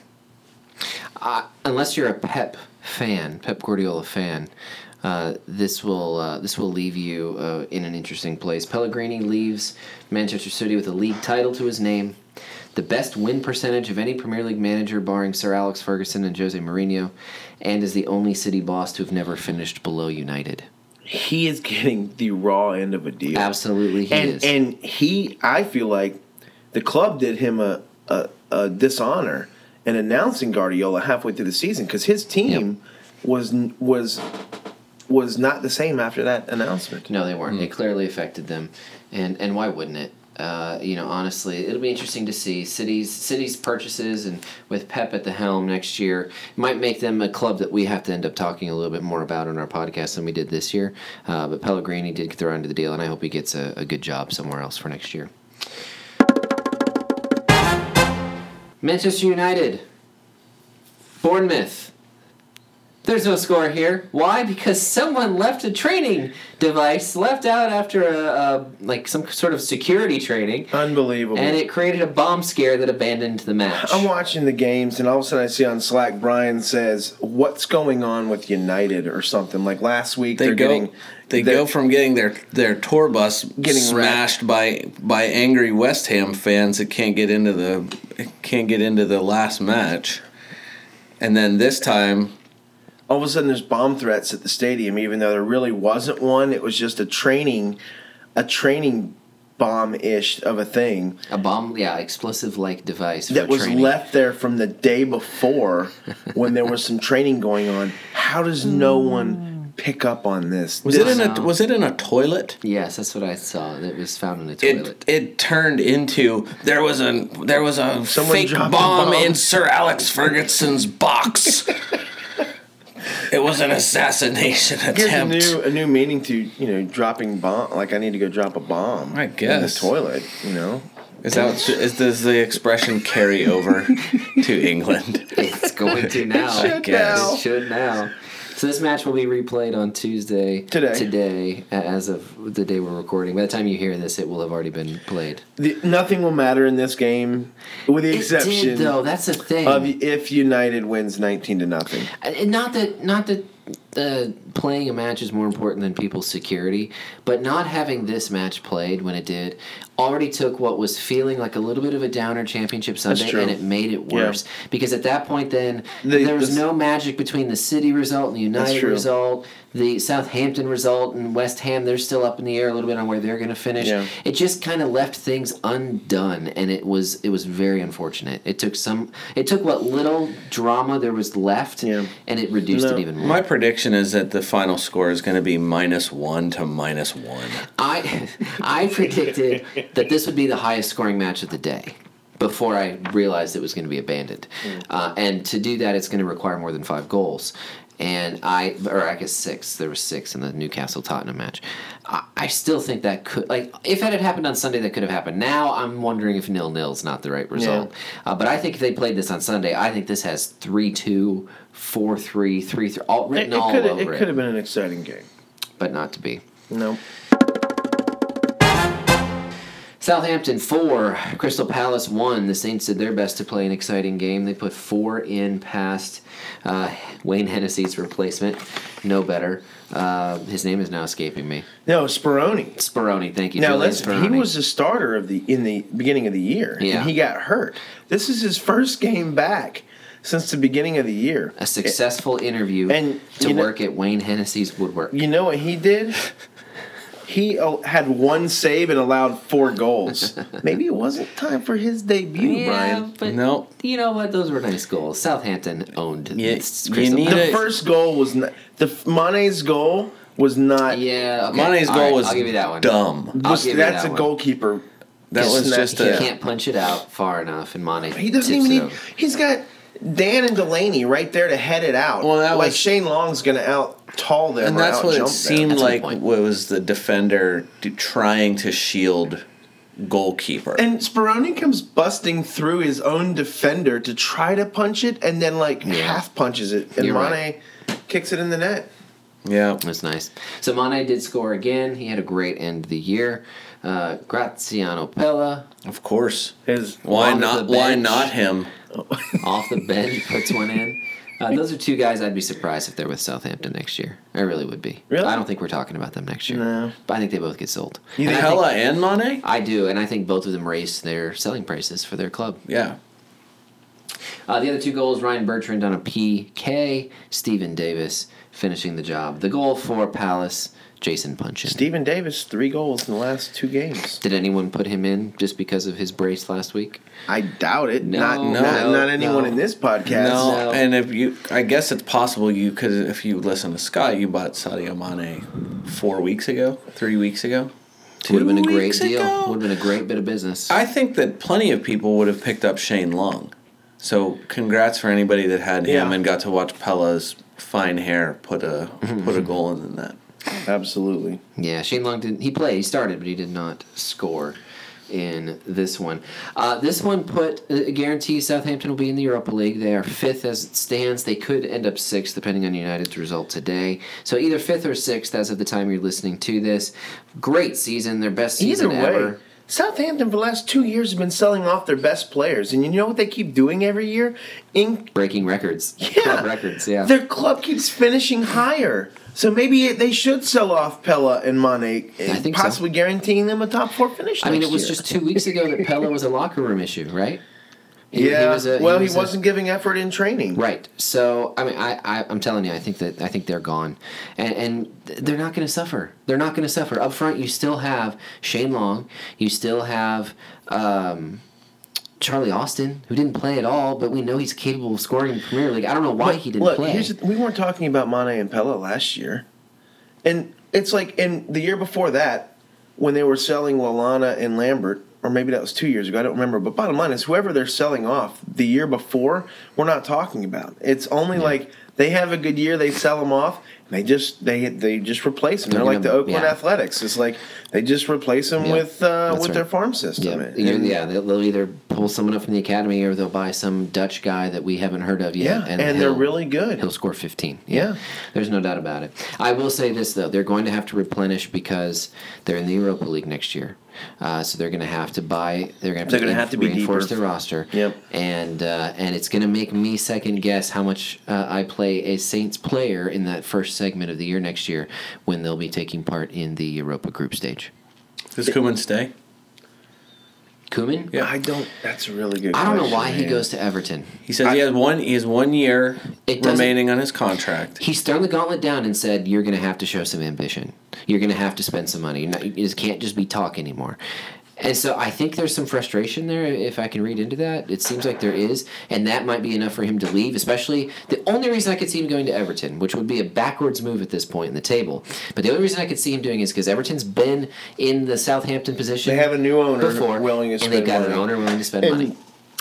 uh, unless you're a Pep fan, Pep Guardiola fan, uh, this will uh, this will leave you uh, in an interesting place. Pellegrini leaves Manchester City with a league title to his name, the best win percentage of any Premier League manager, barring Sir Alex Ferguson and Jose Mourinho, and is the only City boss to have never finished below United. He is getting the raw end of a deal. Absolutely, he and is. and he I feel like the club did him a a, a dishonor in announcing Guardiola halfway through the season because his team was n- was was not the same after that announcement. No, they weren't. It clearly affected them, and and why wouldn't it? Uh, you know, honestly, it'll be interesting to see cities cities purchases and with Pep at the helm next year might make them a club that we have to end up talking a little bit more about on our podcast than we did this year. Uh, but Pellegrini did get thrown into the deal, and I hope he gets a, a good job somewhere else for next year. Manchester United, Bournemouth. There's no score here. Why? Because someone left a training device left out after a, a like some sort of security training, Unbelievable. and it created a bomb scare that abandoned the match. I'm watching the games, and all of a sudden I see on Slack Brian says, "What's going on with United or something?" Like last week, they are go getting they they're- go from getting their their tour bus Getting smashed by by angry West Ham fans that can't get into the can't get into the last match, and then this time all of a sudden there's bomb threats at the stadium, even though there really wasn't one. It was just a training, a training bomb ish of a thing. a bomb, yeah, explosive like device for that was training. left there from the day before when there was some training going on. How does no Hmm. one pick up on this? was This- it in a was it in a toilet? Yes, that's what I saw. It was found in the It toilet. it turned into there was a there was a Someone fake dropped bomb, a bomb. in Sir Alex Ferguson's box. it was an assassination gives a attempt. new a new meaning to you know dropping bomb. Like I need to go drop a bomb. I in the guess. toilet. You know. Is that is does the expression carry over to England? it's going to now. I guess. It should now. So this match will be replayed on Tuesday. Today. Today, a- as of the day we're recording. By the time you hear this, it will have already been played. The, nothing will matter in this game, with the it did, exception though. That's the thing. of if United wins nineteen to nothing. Uh, And not that not that uh, playing a match is more important than people's security, but not having this match played when it did already took what was feeling like a little bit of a downer championship Sunday true. and it made it worse because at that point then They- there was this- no magic between the city result and the United true. result, the Southampton result and West Ham they're still up in the air a little bit on where they're going to finish. Yeah. It just kind of left things undone and it was it was very unfortunate. It took some it took what little drama there was left Yeah. and it reduced No. it even more. My prediction is that the final score is going to be minus one to minus one. I I predicted that this would be the highest scoring match of the day before I realized it was going to be abandoned. Mm. Uh, and to do that, it's going to require more than five goals. And I, or I guess six. There were six in the Newcastle Tottenham match. I, I still think that could, like, if that had happened on Sunday, that could have happened. Now I'm wondering if nil nil is not the right result. Uh, but I think if they played this on Sunday, I think this has three two, four three, three three, all It, written all could over have been an exciting game. but not to be. No, Southampton four, Crystal Palace one. The Saints did their best to play an exciting game. They put four in past uh, Wayne Hennessy's replacement. No better. Uh, his name is now escaping me. no, Speroni. Speroni, thank you. Now Julian listen, he Speroni. was a starter of the in the beginning of the year, Yeah. and he got hurt. This is his first game back since the beginning of the year. a successful interview And, to you know- work at Wayne Hennessy's woodwork. You know what he did? He uh, had one save and allowed four goals. Maybe it wasn't time for his debut, Brian. but No. you know what? Those were nice goals. Southampton owned. Yeah, this you Crystal need Palace. it. The first goal was not, the Mane's goal was not. Yeah, okay. Mane's all goal right, was I'll give you that one. dumb. I'll was- give you that's that a one. goalkeeper. That Just was not- just He a. can't punch it out far enough, and Mane. He doesn't tips even it need. over. He's got Dan and Delaney right there to head it out. Well, that like was- Shane Long's going to out tall them. and or that's what out-jump it them. seemed That's a good like point. was the defender d- trying to shield goalkeeper. And Speroni comes busting through his own defender to try to punch it, and then like half punches it, and You're Mane right. kicks it in the net. yeah, That's nice. So Mane did score again. He had a great end of the year. Uh, Graziano Pella of course. His Why on not? the Why bench. not him? off the bench puts one in. Uh, those are two guys I'd be surprised if they're with Southampton next year. I really would be. Really? I don't think we're talking about them next year. No. But I think they both get sold. You And I think- Pella and Mane? I do, and I think both of them raised their selling prices for their club. Yeah. Uh, the other two goals, Ryan Bertrand on a PK, Stephen Davis finishing the job. The goal for Palace, Jason Punchin. Steven Davis, three goals in the last two games. Did anyone put him in just because of his brace last week? I doubt it. No, not, no, not, not anyone no. in this podcast. No, No. and if you, I guess it's possible you because if you listen to Scott, you bought Sadio Mane four weeks ago, three weeks ago. Would have been a Two great weeks deal. ago? Would have been a great bit of business. I think that plenty of people would have picked up Shane Long. So congrats for anybody that had him Yeah. and got to watch Pella's fine hair put a Mm-hmm. put a goal in that. Absolutely. yeah, Shane Long didn't. He played. He started, but he did not score in this one. Uh, this one put uh, guarantees Southampton will be in the Europa League. They are fifth as it stands. They could end up sixth depending on United's result today. So either fifth or sixth as of the time you're listening to this. Great season. Their best Either season way, ever. Southampton for the last two years have been selling off their best players, and you know what they keep doing every year? In Breaking records. yeah, Club records. Yeah. their club keeps finishing higher. So maybe it, they should sell off Pella and Mane, I think so. possibly guaranteeing them a top four finish. I mean, it next was year. just two weeks ago that Pella was a locker room issue, right? He- yeah. was a- well, he, was a- was not giving effort in training. Right. So I mean, I, I I'm telling you, I think that I think they're gone, and and th- they're not going to suffer. They're not going to suffer up front. You still have Shane Long. You still have. Um, Charlie Austin, who didn't play at all, but we know he's capable of scoring in the Premier League. I don't know why he didn't Look, play. here's the- we weren't talking about Mane and Pella last year, and it's like in the year before that when they were selling Lalana and Lambert, or maybe that was two years ago. I don't remember. But bottom line is, whoever they're selling off the year before, we're not talking about. It's only like they have a good year, they sell them off, They just they they just replace them. They're, They're like the gonna- Oakland yeah. Athletics. It's like they just replace them Yeah, with uh, that's with right. their farm system. Yeah, And- either, yeah, they'll they'll either pull someone up from the academy or they'll buy some Dutch guy that we haven't heard of yet. yeah, and, they're he'll- really good. He'll score 15. Yeah. There's no doubt about it. I will say this, though. They're going to have to replenish because they're in the Europa League next year. Uh, so they're going to have to buy. They're going to They're gonna have to be reinforce deeper. their roster. Yep. And uh, and it's going to make me second guess how much uh, I play a Saints player in that first segment of the year next year when they'll be taking part in the Europa group stage. Does Kuman stay? Kuman? Yeah. I don't. That's a really good. I don't know question, why he man. goes to Everton. He says he has one. He has one year It doesn't- remaining on his contract. He's thrown the gauntlet down and said, "You're going to have to show some ambition. You're going to have to spend some money. You're not, you just can't just be talk anymore." And so I think there's some frustration there, if I can read into that. It seems like there is, and that might be enough for him to leave. Especially the only reason I could see him going to Everton, which would be a backwards move at this point in the table, but the only reason I could see him doing is because Everton's been in the Southampton position. They have a new owner before, willing to spend and they've got money. an owner willing to spend money.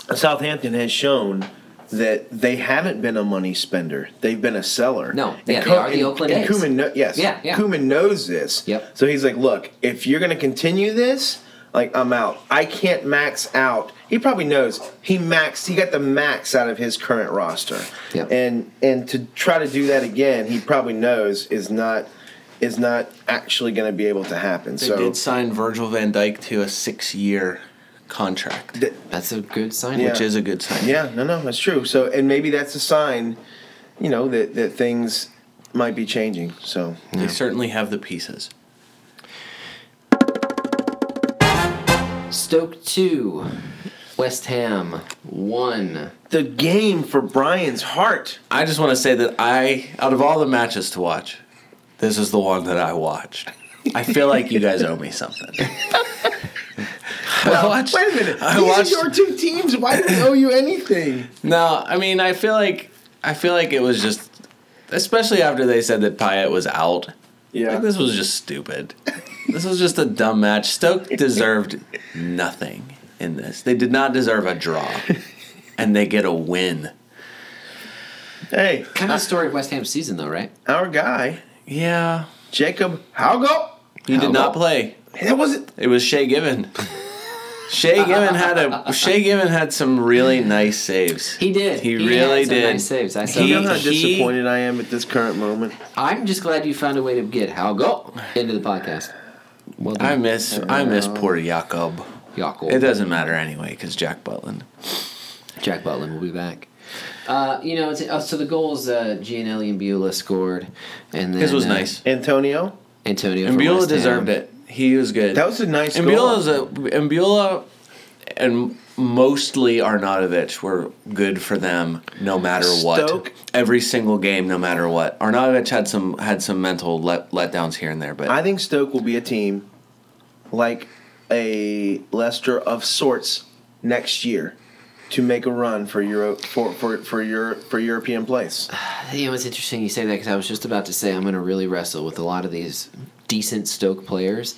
And Southampton has shown that they haven't been a money spender. They've been a seller. No, And yeah, they are the and- Oakland and A's. Koeman kno- yes. Yeah, yeah. Koeman knows this. Yep. So he's like, look, if you're going to continue this, like I'm out. I can't max out. He probably knows he maxed. He got the max out of his current roster. Yep. And and to try to do that again, he probably knows is not is not actually going to be able to happen. They so did sign Virgil Van Dyke to a six-year contract, th- That's a good sign. Yeah. which is a good sign. Yeah, no, no, that's true. So, and maybe that's a sign, you know, that that things might be changing. So, They certainly have the pieces. Stoke two, West Ham one. the game for Brian's heart. I just want to say that I, out of all the matches to watch, this is the one that I watched. I feel like you guys owe me something. I watched. Wait a minute. I These watched. are your two teams. Why do we owe you anything? No, I mean, I feel like I feel like it was just, especially after they said that Payet was out. Like, this was just stupid. this was just a dumb match. Stoke deserved nothing in this. They did not deserve a draw, and they get a win. Hey, Kind of the story of West Ham's season, though, right? our guy Yeah, Jacob Haugo. he did How not about- play. That wasn't. It was Shea Given. Shea Given had a Shea Given had some really nice saves. He did. He, He really had some did. nice saves. I saw You He- know how he- disappointed I am at this current moment. I'm just glad you found a way to get Hal Go into the podcast. Well I done, miss I miss poor Jakob. Yockel. It doesn't matter anyway because Jack Butland. Jack Butland will be back. Uh, you know, it's, oh, so the goals uh, Gianelli and Beulah scored, and then His was uh, nice. Antonio, Antonio And for Beulah West Ham. deserved it. He was good. that was a nice and goal. Beulah's a and Beulah and mostly Arnautovic were good for them no matter what. Stoke- Every single game, no matter what. Arnautovic had some had some mental let, letdowns here and there, but I think Stoke will be a team like a Leicester of sorts next year to make a run for Euro for for for Euro, for European place. You know, it's interesting you say that because I was just about to say I'm going to really wrestle with a lot of these decent Stoke players,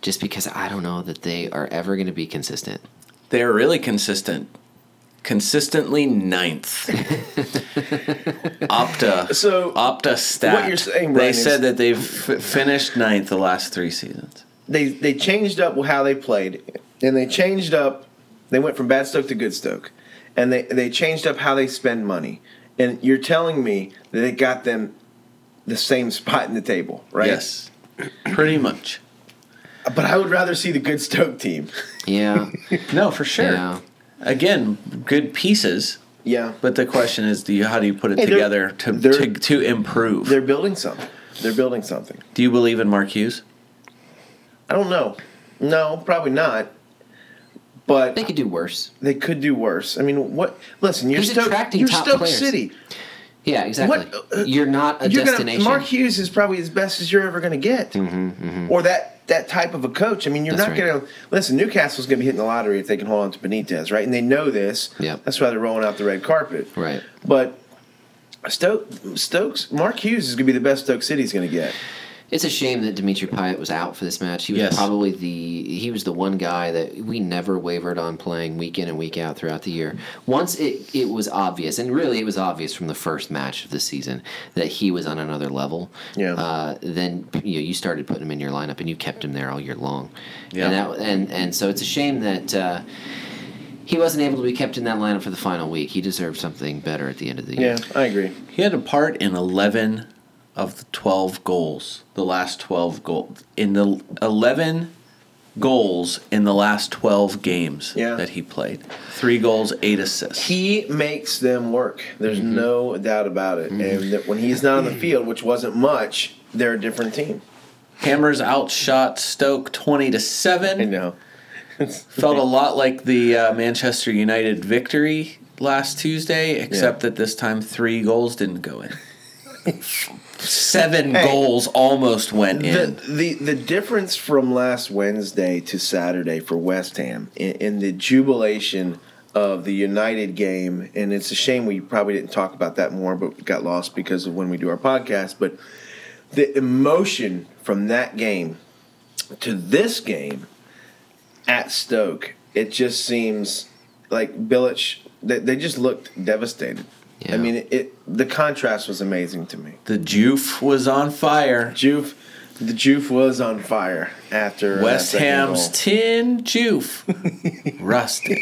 just because I don't know that they are ever going to be consistent. They're really consistent. Consistently ninth. Opta. So, Opta stat. you're saying, they Brian, is- said that they've f- finished ninth the last three seasons. They they changed up how they played, and they changed up. They went from bad Stoke to good Stoke, and they they changed up how they spend money. And you're telling me that it got them the same spot in the table, right? Yes, pretty much. But I would rather see the good Stoke team. Yeah, No, for sure. yeah. Again, good pieces, Yeah. but the question is, do you how do you put it Hey, they're- together to, they're- to to improve? They're building something. They're building something. Do you believe in Mark Hughes? I don't know. No, probably not. But They could do worse. they could do worse. I mean, what? Listen, you're He's Stoke, attracting you're top Stoke players. City. Yeah, exactly. What- uh, You're not a You're gonna, destination. Mm-hmm, Mark Hughes is probably as best as you're ever going to get, or that that type of a coach. I mean, you're That's not right. going to listen. Newcastle's going to be hitting the lottery if they can hold on to Benitez, right? And they know this. Yep. That's why they're rolling out the red carpet. Right. But Stoke, Stokes, Mark Hughes is going to be the best Stoke City's going to get. It's a shame that Dimitri Payet was out for this match. He was Yes. probably the he was the one guy that we never wavered on playing week in and week out throughout the year. Once it it was obvious, and really it was obvious from the first match of the season that he was on another level. Yeah. Uh, then you know, you started putting him in your lineup, and you kept him there all year long. Yeah. And that and and so it's a shame that. Uh, he wasn't able to be kept in that lineup for the final week. He deserved something better at the end of the year. Yeah, I agree. He had a part in 11 of the 12 goals, the last 12 goals. In the 11 goals in the last 12 games Yeah. that he played. Three goals, eight assists. He makes them work. There's no doubt about it. And that when he's not on the field, which wasn't much, they're a different team. Hammers outshot Stoke 20 to I 7. know. Felt a lot like the uh, Manchester United victory last Tuesday, except that this time three goals didn't go in. Seven Hey. goals almost went in. The, the the difference from last Wednesday to Saturday for West Ham in, in the jubilation of the United game, and it's a shame we probably didn't talk about that more, but got lost because of when we do our podcast. But the emotion from that game to this game at Stoke, it just seems like Bilic. They, they just looked devastated. Yeah. I mean, it, it. The contrast was amazing to me. The Juve was on fire. Juve, the Juve was on fire after that West second Ham's goal. tin juve rusted.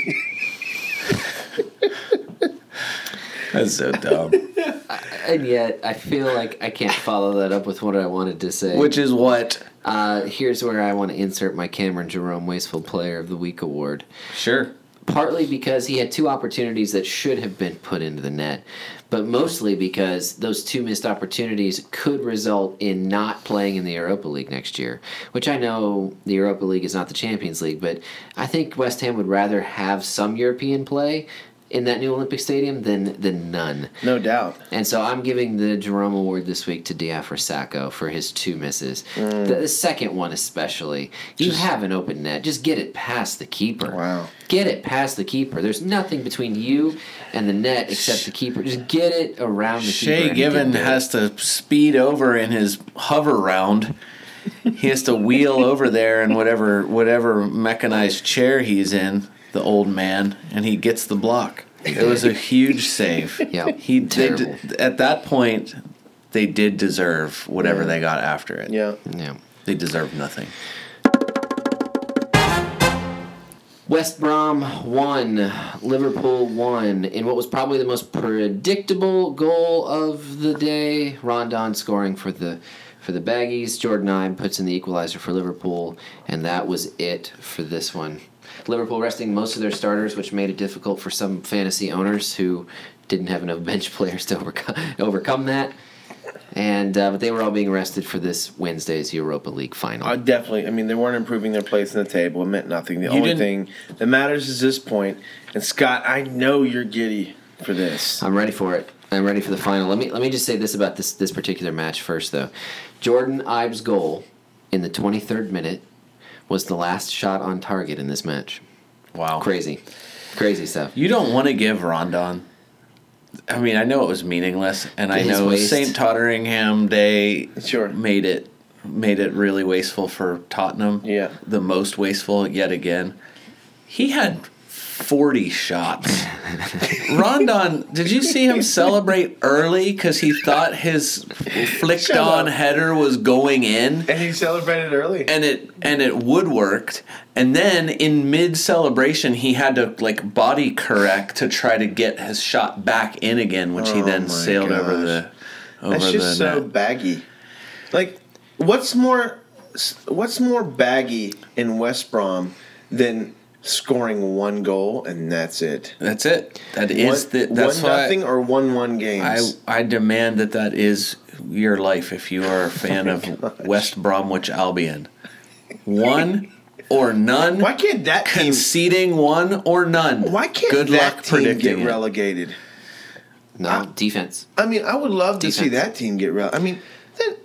That's so dumb. And yet, I feel like I can't follow that up with what I wanted to say. Which is what? uh, here's where I want to insert my Cameron Jerome Wasteful Player of the Week award. Sure. partly because he had two opportunities that should have been put into the net, but mostly because those two missed opportunities could result in not playing in the Europa League next year. Which I know the Europa League is not the Champions League, but I think West Ham would rather have some European play in that new Olympic Stadium than than none. No doubt. And so I'm giving the Jerome Award this week to Diafra Sacco for his two misses. Mm. The, the second one, especially. You have an open net. Just get it past the keeper. Wow. Get it past the keeper. There's nothing between you and the net except the keeper. Just get it around the keeper. Shay and he can Given do it. has to speed over in his hover round. He has to wheel over there in whatever whatever mechanized chair he's in, the old man, and he gets the block. It was a huge save. Yeah, He they, terrible. d- at that point they did deserve whatever they got after it. Yeah. Yeah. They deserve nothing. West Brom won, Liverpool won in what was probably the most predictable goal of the day. Rondon scoring for the for the Baggies. Jordan Ibe puts in the equalizer for Liverpool, and that was it for this one. Liverpool resting most of their starters, which made it difficult for some fantasy owners who didn't have enough bench players to overcome overcome that. And uh, but they were all being rested for this Wednesday's Europa League final. I definitely. I mean, they weren't improving their place in the table. It meant nothing. The You only didn't- thing that matters is this point. And Scott, I know you're giddy for this. I'm ready for it. I'm ready for the final. Let me let me just say this about this this particular match first, though. Jordan Ibe's goal in the 23rd minute was the last shot on target in this match. Wow. Crazy, crazy stuff. You don't want to give Rondon. I mean, I know it was meaningless, and I His know waste. St. Totteringham Day Sure. made it made it really wasteful for Tottenham. Yeah. the most wasteful yet again. He had forty shots. Rondon, did you see him celebrate early because he thought his flicked Shut on up. header was going in? And he celebrated early. and it and it woodworked and then in mid celebration he had to like body correct to try to get his shot back in again which he Oh then my sailed over gosh. the over That's just the so net. baggy. Like, what's more, what's more baggy in West Brom than scoring one goal and that's it? that's it that is one, the, that's one why nothing or one one I games. I demand that that is your life if you Oh are a fan of West Bromwich Albion one or none why can't that team? conceding one or none Why can't good that luck team predicting get it. relegated? No defense. I mean, I would love to see Defense. that team get relegated. I mean, that,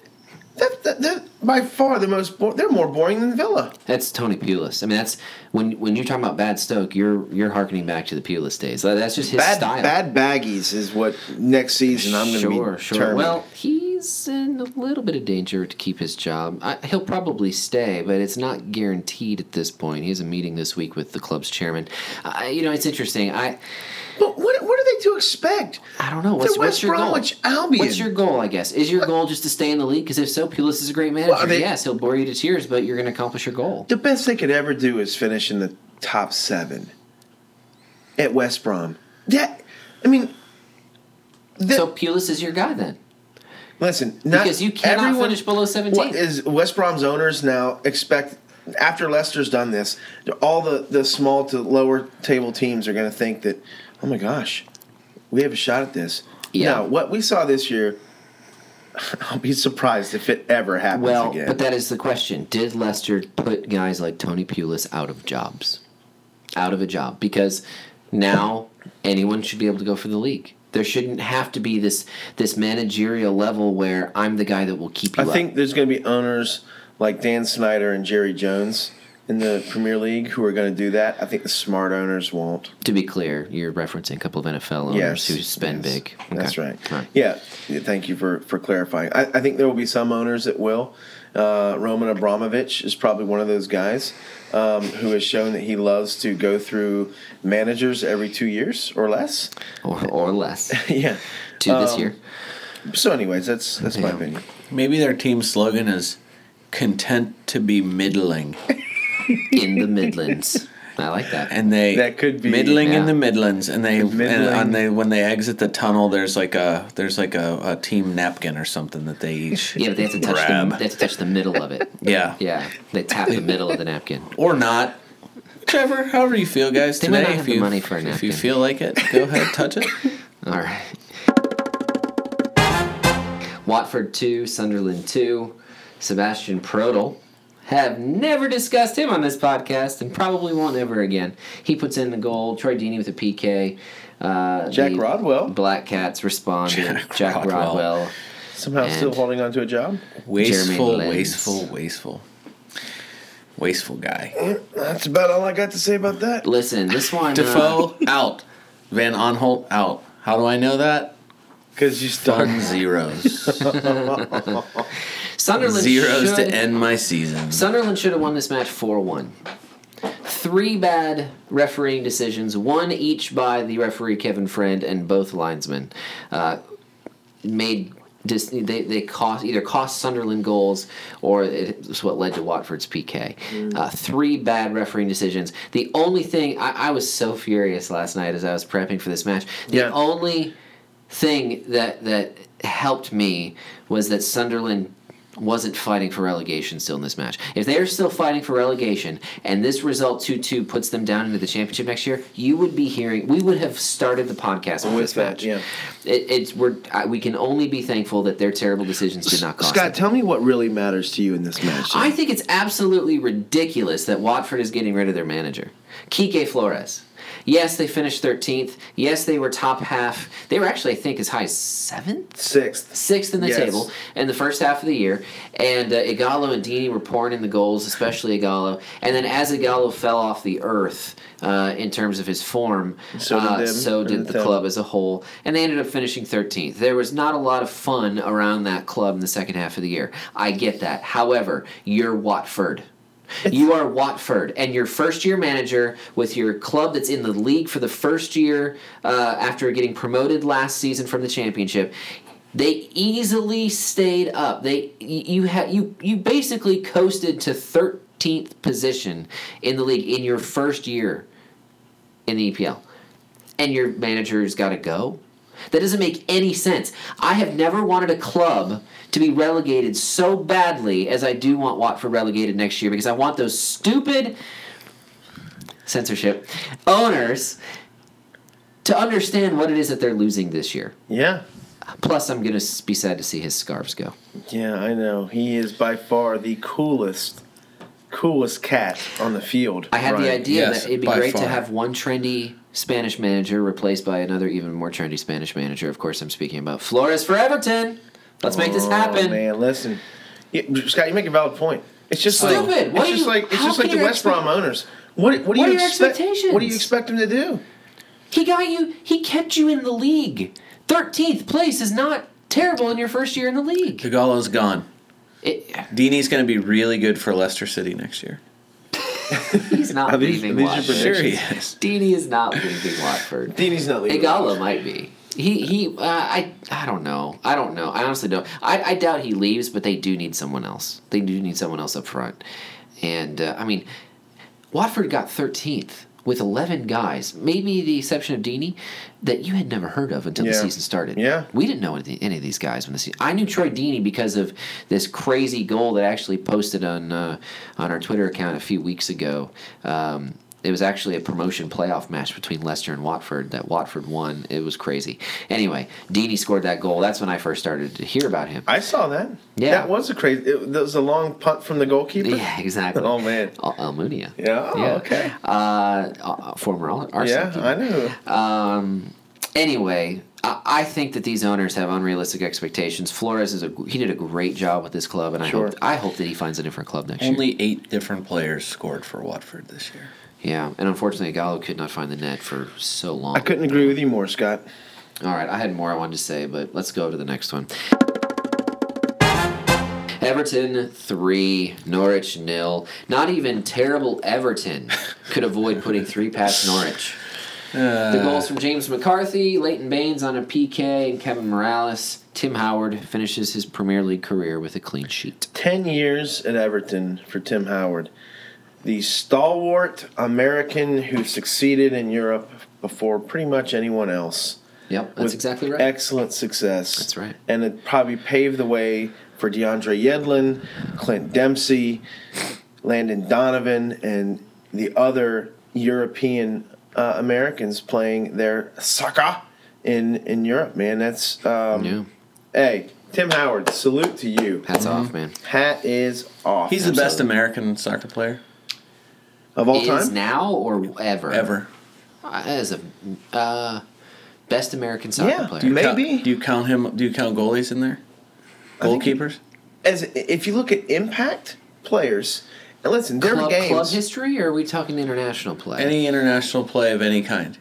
that, that, that by far the most. Bo- they're more boring than Villa. That's Tony Pulis. I mean, that's when when you're talking about bad Stoke, you're you're harkening back to the Pulis days. Like, That's just his Bad style. bad baggies is what next season I'm going to sure, be. sure. terming. Well, he's is in a little bit of danger to keep his job. I, he'll probably stay, but it's not guaranteed at this point. He has a meeting this week with the club's chairman. I, you know, it's interesting. I But what, what are they to expect? I don't know. What's, They're what's West your Bromwich goal? Albion. What's your goal? I guess is your goal just to stay in the league? Because if so, Pulis is a great manager. Well, I mean- yes, he'll bore you to tears, but you're going to accomplish your goal. The best they could ever do is finish in the top seven at West Brom. That, I mean, that, so Pulis is your guy then, listen, not, because you cannot everyone- finish below 17. What is West Brom's owners now expect after Leicester's done this? All the the small to lower table teams are going to think that, oh my gosh, we have a shot at this. Yeah. Now, what we saw this year, I'll be surprised if it ever happens well, again. but that is the question. Did Lester put guys like Tony Pulis out of jobs? Out of a job because now anyone should be able to go for the league. There shouldn't have to be this this managerial level where I'm the guy that will keep you I up. think there's going to be owners like Dan Snyder and Jerry Jones in the Premier League who are going to do that. I think the smart owners won't. To be clear, you're referencing a couple of NFL owners Yes, who spend yes. big. That's Okay. right. All right. Yeah. Yeah, Thank you for for clarifying. I, I think there will be some owners that will. Uh, Roman Abramovich is probably one of those guys um, who has shown that he loves to go through managers every two years or less. Or, or less. yeah. Two this Um, year. So, anyways, that's that's my Yeah. opinion. Maybe their team slogan is content to be middling. In the Midlands. I like that. And they That could be- middling Yeah. in the Midlands and they and Middling. on they when they exit the tunnel there's like a there's like a, a team napkin or something that they each Yeah, but they have to touch Grab. the, they have to touch the middle of it. Yeah. Yeah. They tap the middle of the napkin. Or not. Trevor, however you feel guys They might today. not if have the you money for a if you napkin. feel like it, go ahead, touch it. All right. Watford 2, Sunderland 2. Sebastian Prodel. Have never discussed him on this podcast and probably won't ever again. He puts in the goal. Troy Deeney with a PK. Uh, Jack the Rodwell. Black Cats responded. Jack, Jack Rodwell. Rodwell. Somehow, still And- holding on to a job. Wasteful, Lenz. wasteful, wasteful. Wasteful guy. That's about all I got to say about that. Listen, this one. uh, Defoe out. Van Onholt out. How do I know that? Because you Fun start. zeros. Sunderland zeros should, to end my season. Sunderland should have won this match 4 1. Three bad refereeing decisions, one each by the referee Kevin Friend and both linesmen. Uh, made dis- they, they cost either cost Sunderland goals or it's what led to Watford's PK. Mm. Uh, three bad refereeing decisions. The only thing I, I was so furious last night as I was prepping for this match. The Yeah. only thing that that helped me was that Sunderland wasn't fighting for relegation still in this match. If they are still fighting for relegation and this result 2-2 puts them down into the championship next year, you would be hearing we would have started the podcast with, With this that, match. yeah. It, it's we're I, we can only be thankful that their terrible decisions did not cost. Scott, them. tell me what really matters to you in this match. I think it's absolutely ridiculous that Watford is getting rid of their manager, Kike Flores. Yes, they finished thirteenth. Yes, they were top half. They were actually, I think, as high as seventh, Sixth. sixth in the Yes. table in the first half of the year. And uh, Igalo and Dini were pouring in the goals, especially Igalo. And then as Igalo fell off the earth uh, in terms of his form, So did uh, them, so and did the them. club as a whole, and they ended up finishing 13th. There was not a lot of fun around that club in the second half of the year. I get that. However, you're Watford. You are Watford, and your first year manager with your club that's in the league for the first year uh, after getting promoted last season from the championship. They easily stayed up. They you had you you basically coasted to 13th position in the league in your first year in the E EPL and your manager's got to go? That doesn't make any sense. I have never wanted a club to be relegated so badly as I do want Watford relegated next year because I want those stupid censorship owners to understand what it is that they're losing this year. Yeah. Plus, I'm going to be sad to see his scarves go. Yeah, I know. He is by far the coolest, coolest cat on the field. I had the Ryan. idea Yes, that it'd be by great to far. have one trendy Spanish manager replaced by another even more trendy Spanish manager. Of course, I'm speaking about Flores for Everton. Let's make this Oh, happen. man, listen, yeah, Scott, you make a valid point. It's just Stupid. like What do it's just you- like it's how just like can the you West Brom expect- owners. What, what What do you are your expect? What do expectations? you expect them to do? He got you. He kept you in the league. Thirteenth place is not terrible in your first year in the league. Tagallo's gone. It, Dini's going to be really good for Leicester City next year. he's not Are these- leaving are these your Watford. Sure he is. Deeney is not leaving Watford. Dini's not leaving. Igalo might be. He he. Uh, I I don't know. I don't know. I honestly don't. I I doubt he leaves, but they do need someone else. They do need someone else up front. And uh, I mean, Watford got thirteenth with eleven guys, maybe the exception of Deeney, that you had never heard of until the Yeah. season started. Yeah. we didn't know any, any of these guys when the season. I knew Troy Deeney because of this crazy goal that I actually posted on uh, on our Twitter account a few weeks ago. Um, it was actually a promotion playoff match between Leicester and Watford that Watford won. It was crazy. Anyway, Deeney scored that goal. That's when I first started to hear about him. I saw that. Yeah. That was a crazy. It, that was a long punt from the goalkeeper. yeah, exactly. Oh, man. Al- Almunia. Yeah. Oh, okay. Uh, uh, former Al- Arsenal. Yeah, keeper. I know. Um, anyway, I, I think that these owners have unrealistic expectations. Flores is a he did a great job with this club, and I Sure. hope I hope that he finds a different club next year. Only eight different players scored for Watford this year. Yeah, and unfortunately, Gallo could not find the net for so long. I couldn't agree with you more, Scott. All right, I had more I wanted to say, but let's go to the next one. Everton three, Norwich nil. Not even terrible Everton could avoid putting three past Norwich. Uh. the goals from James McCarthy, Leighton Baines on a PK, and Kevin Morales. Tim Howard finishes his Premier League career with a clean sheet. 10 years at Everton for Tim Howard, the stalwart American who succeeded in Europe before pretty much anyone else. Yep, that's with exactly right. Excellent success. That's right. And it probably paved the way for DeAndre Yedlin, Clint Dempsey, Landon Donovan, and the other European uh, Americans playing their soccer in in Europe. Man, that's um, Yeah. hey Tim Howard. Salute to you. Hats off, man. Hat is off. He's the best Absolutely. American soccer player of all Is time. now or ever? ever. As a uh, best American soccer Yeah, player. do you make- Count- Maybe. Do you count him? Do you count goalies in there? think- Goalkeepers? As if you look at impact players, and listen, there were club, games. club history, or are we talking international play? Any international play of any kind?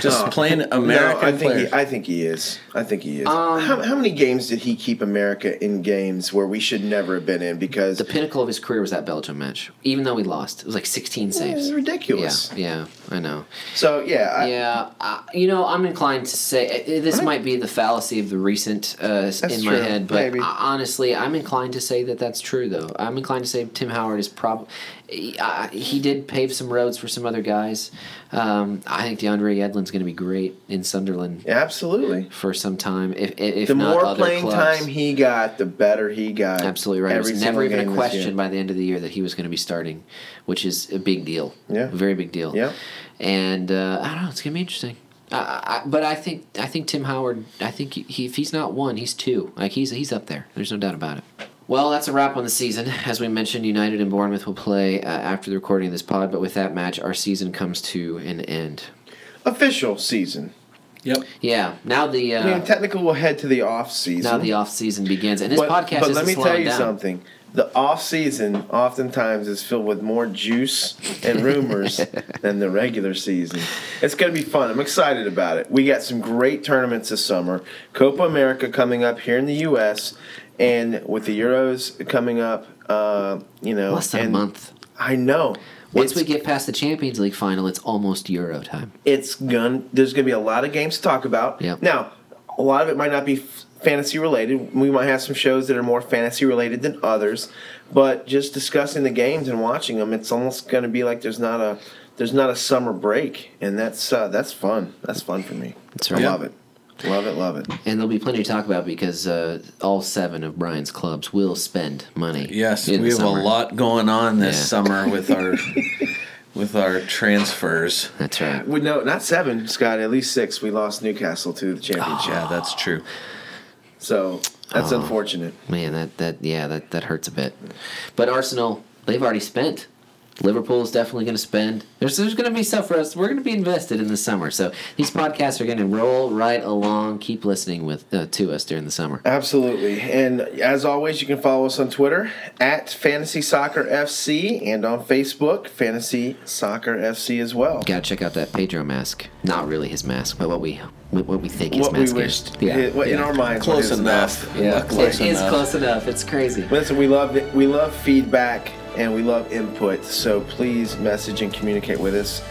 Just Oh. plain no, I American think players. he, I think he is. I think he is. Um, how, how many games did he keep America in games where we should never have been in because the pinnacle of his career was that Belgium match, even though we lost. It was like 16 Yeah, saves. it's ridiculous. Yeah, yeah, I know. So yeah, I, yeah, I, you know, I'm inclined to say eh, eh, this might be the fallacy of the recent uh, s- That's in my true, head, but maybe. I- honestly, I'm inclined to say that that's true. Though I'm inclined to say Tim Howard is probably he did pave some roads for some other guys. Um, I think DeAndre Yedlin's going to be great in Sunderland absolutely. for some time. If if, if The not more other playing clubs. time he got, the better he got. Absolutely right. Every it was never single even game a this question year. by the end of the year that he was going to be starting, which is a big deal. Yeah. a very big deal. Yeah. and uh, I don't know. It's going to be interesting. I, I, but I think I think Tim Howard. I think he, if he's not one, he's two. Like he's he's up there. There's no doubt about it. Well, that's a wrap on the season. As we mentioned, United and Bournemouth will play uh, after the recording of this pod. But with that match, our season comes to an end. Official season. Yep. Yeah. Now the uh, I mean, technically, we'll head to the off season. now the off season begins, and this podcast is let me slowing tell you down. something. The off season oftentimes is filled with more juice and rumors than the regular season. It's going to be fun. I'm excited about it. We got some great tournaments this summer. Copa America coming up here in the U.S. and with the Euros coming up, uh, you know, Less than and a month. I know. Once it's, we get past the Champions League final, it's almost Euro time. it's gun. There's going to be a lot of games to talk about. Yep. Now, a lot of it might not be f- fantasy related. We might have some shows that are more fantasy related than others, but just discussing the games and watching them, it's almost going to be like there's not a there's not a summer break, and that's uh, that's fun. That's fun for me. That's I right. love it. Love it. Love it. And there'll be plenty to talk about because uh, all seven of Brian's clubs will spend money. Yes, in the we have summer. a lot going on this Yeah. summer with our with our transfers. That's right. We no, not seven, Scott. At least six. We lost Newcastle to the championship, Yeah, that's true. Ah. so that's unfortunate. Man, that, that yeah, that, that hurts a bit. But Arsenal, they've already spent. Liverpool is definitely going to spend. There's there's going to be stuff for us. We're going to be invested in the summer. So these podcasts are going to roll right along. Keep listening with uh, to us during the summer. Absolutely. And as always, you can follow us on Twitter at Fantasy Soccer FC and on Facebook, Fantasy Soccer FC as well. Gotta check out that Pedro mask. Not really his mask, but what we what we think his what we mask is. wished. it- what- In our minds. what Close is enough. Yeah, Close it is enough. close enough. It's crazy. Listen, we love we love feedback and we love input. So please message and communicate with us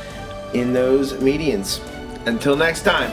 in those medians. Until next time.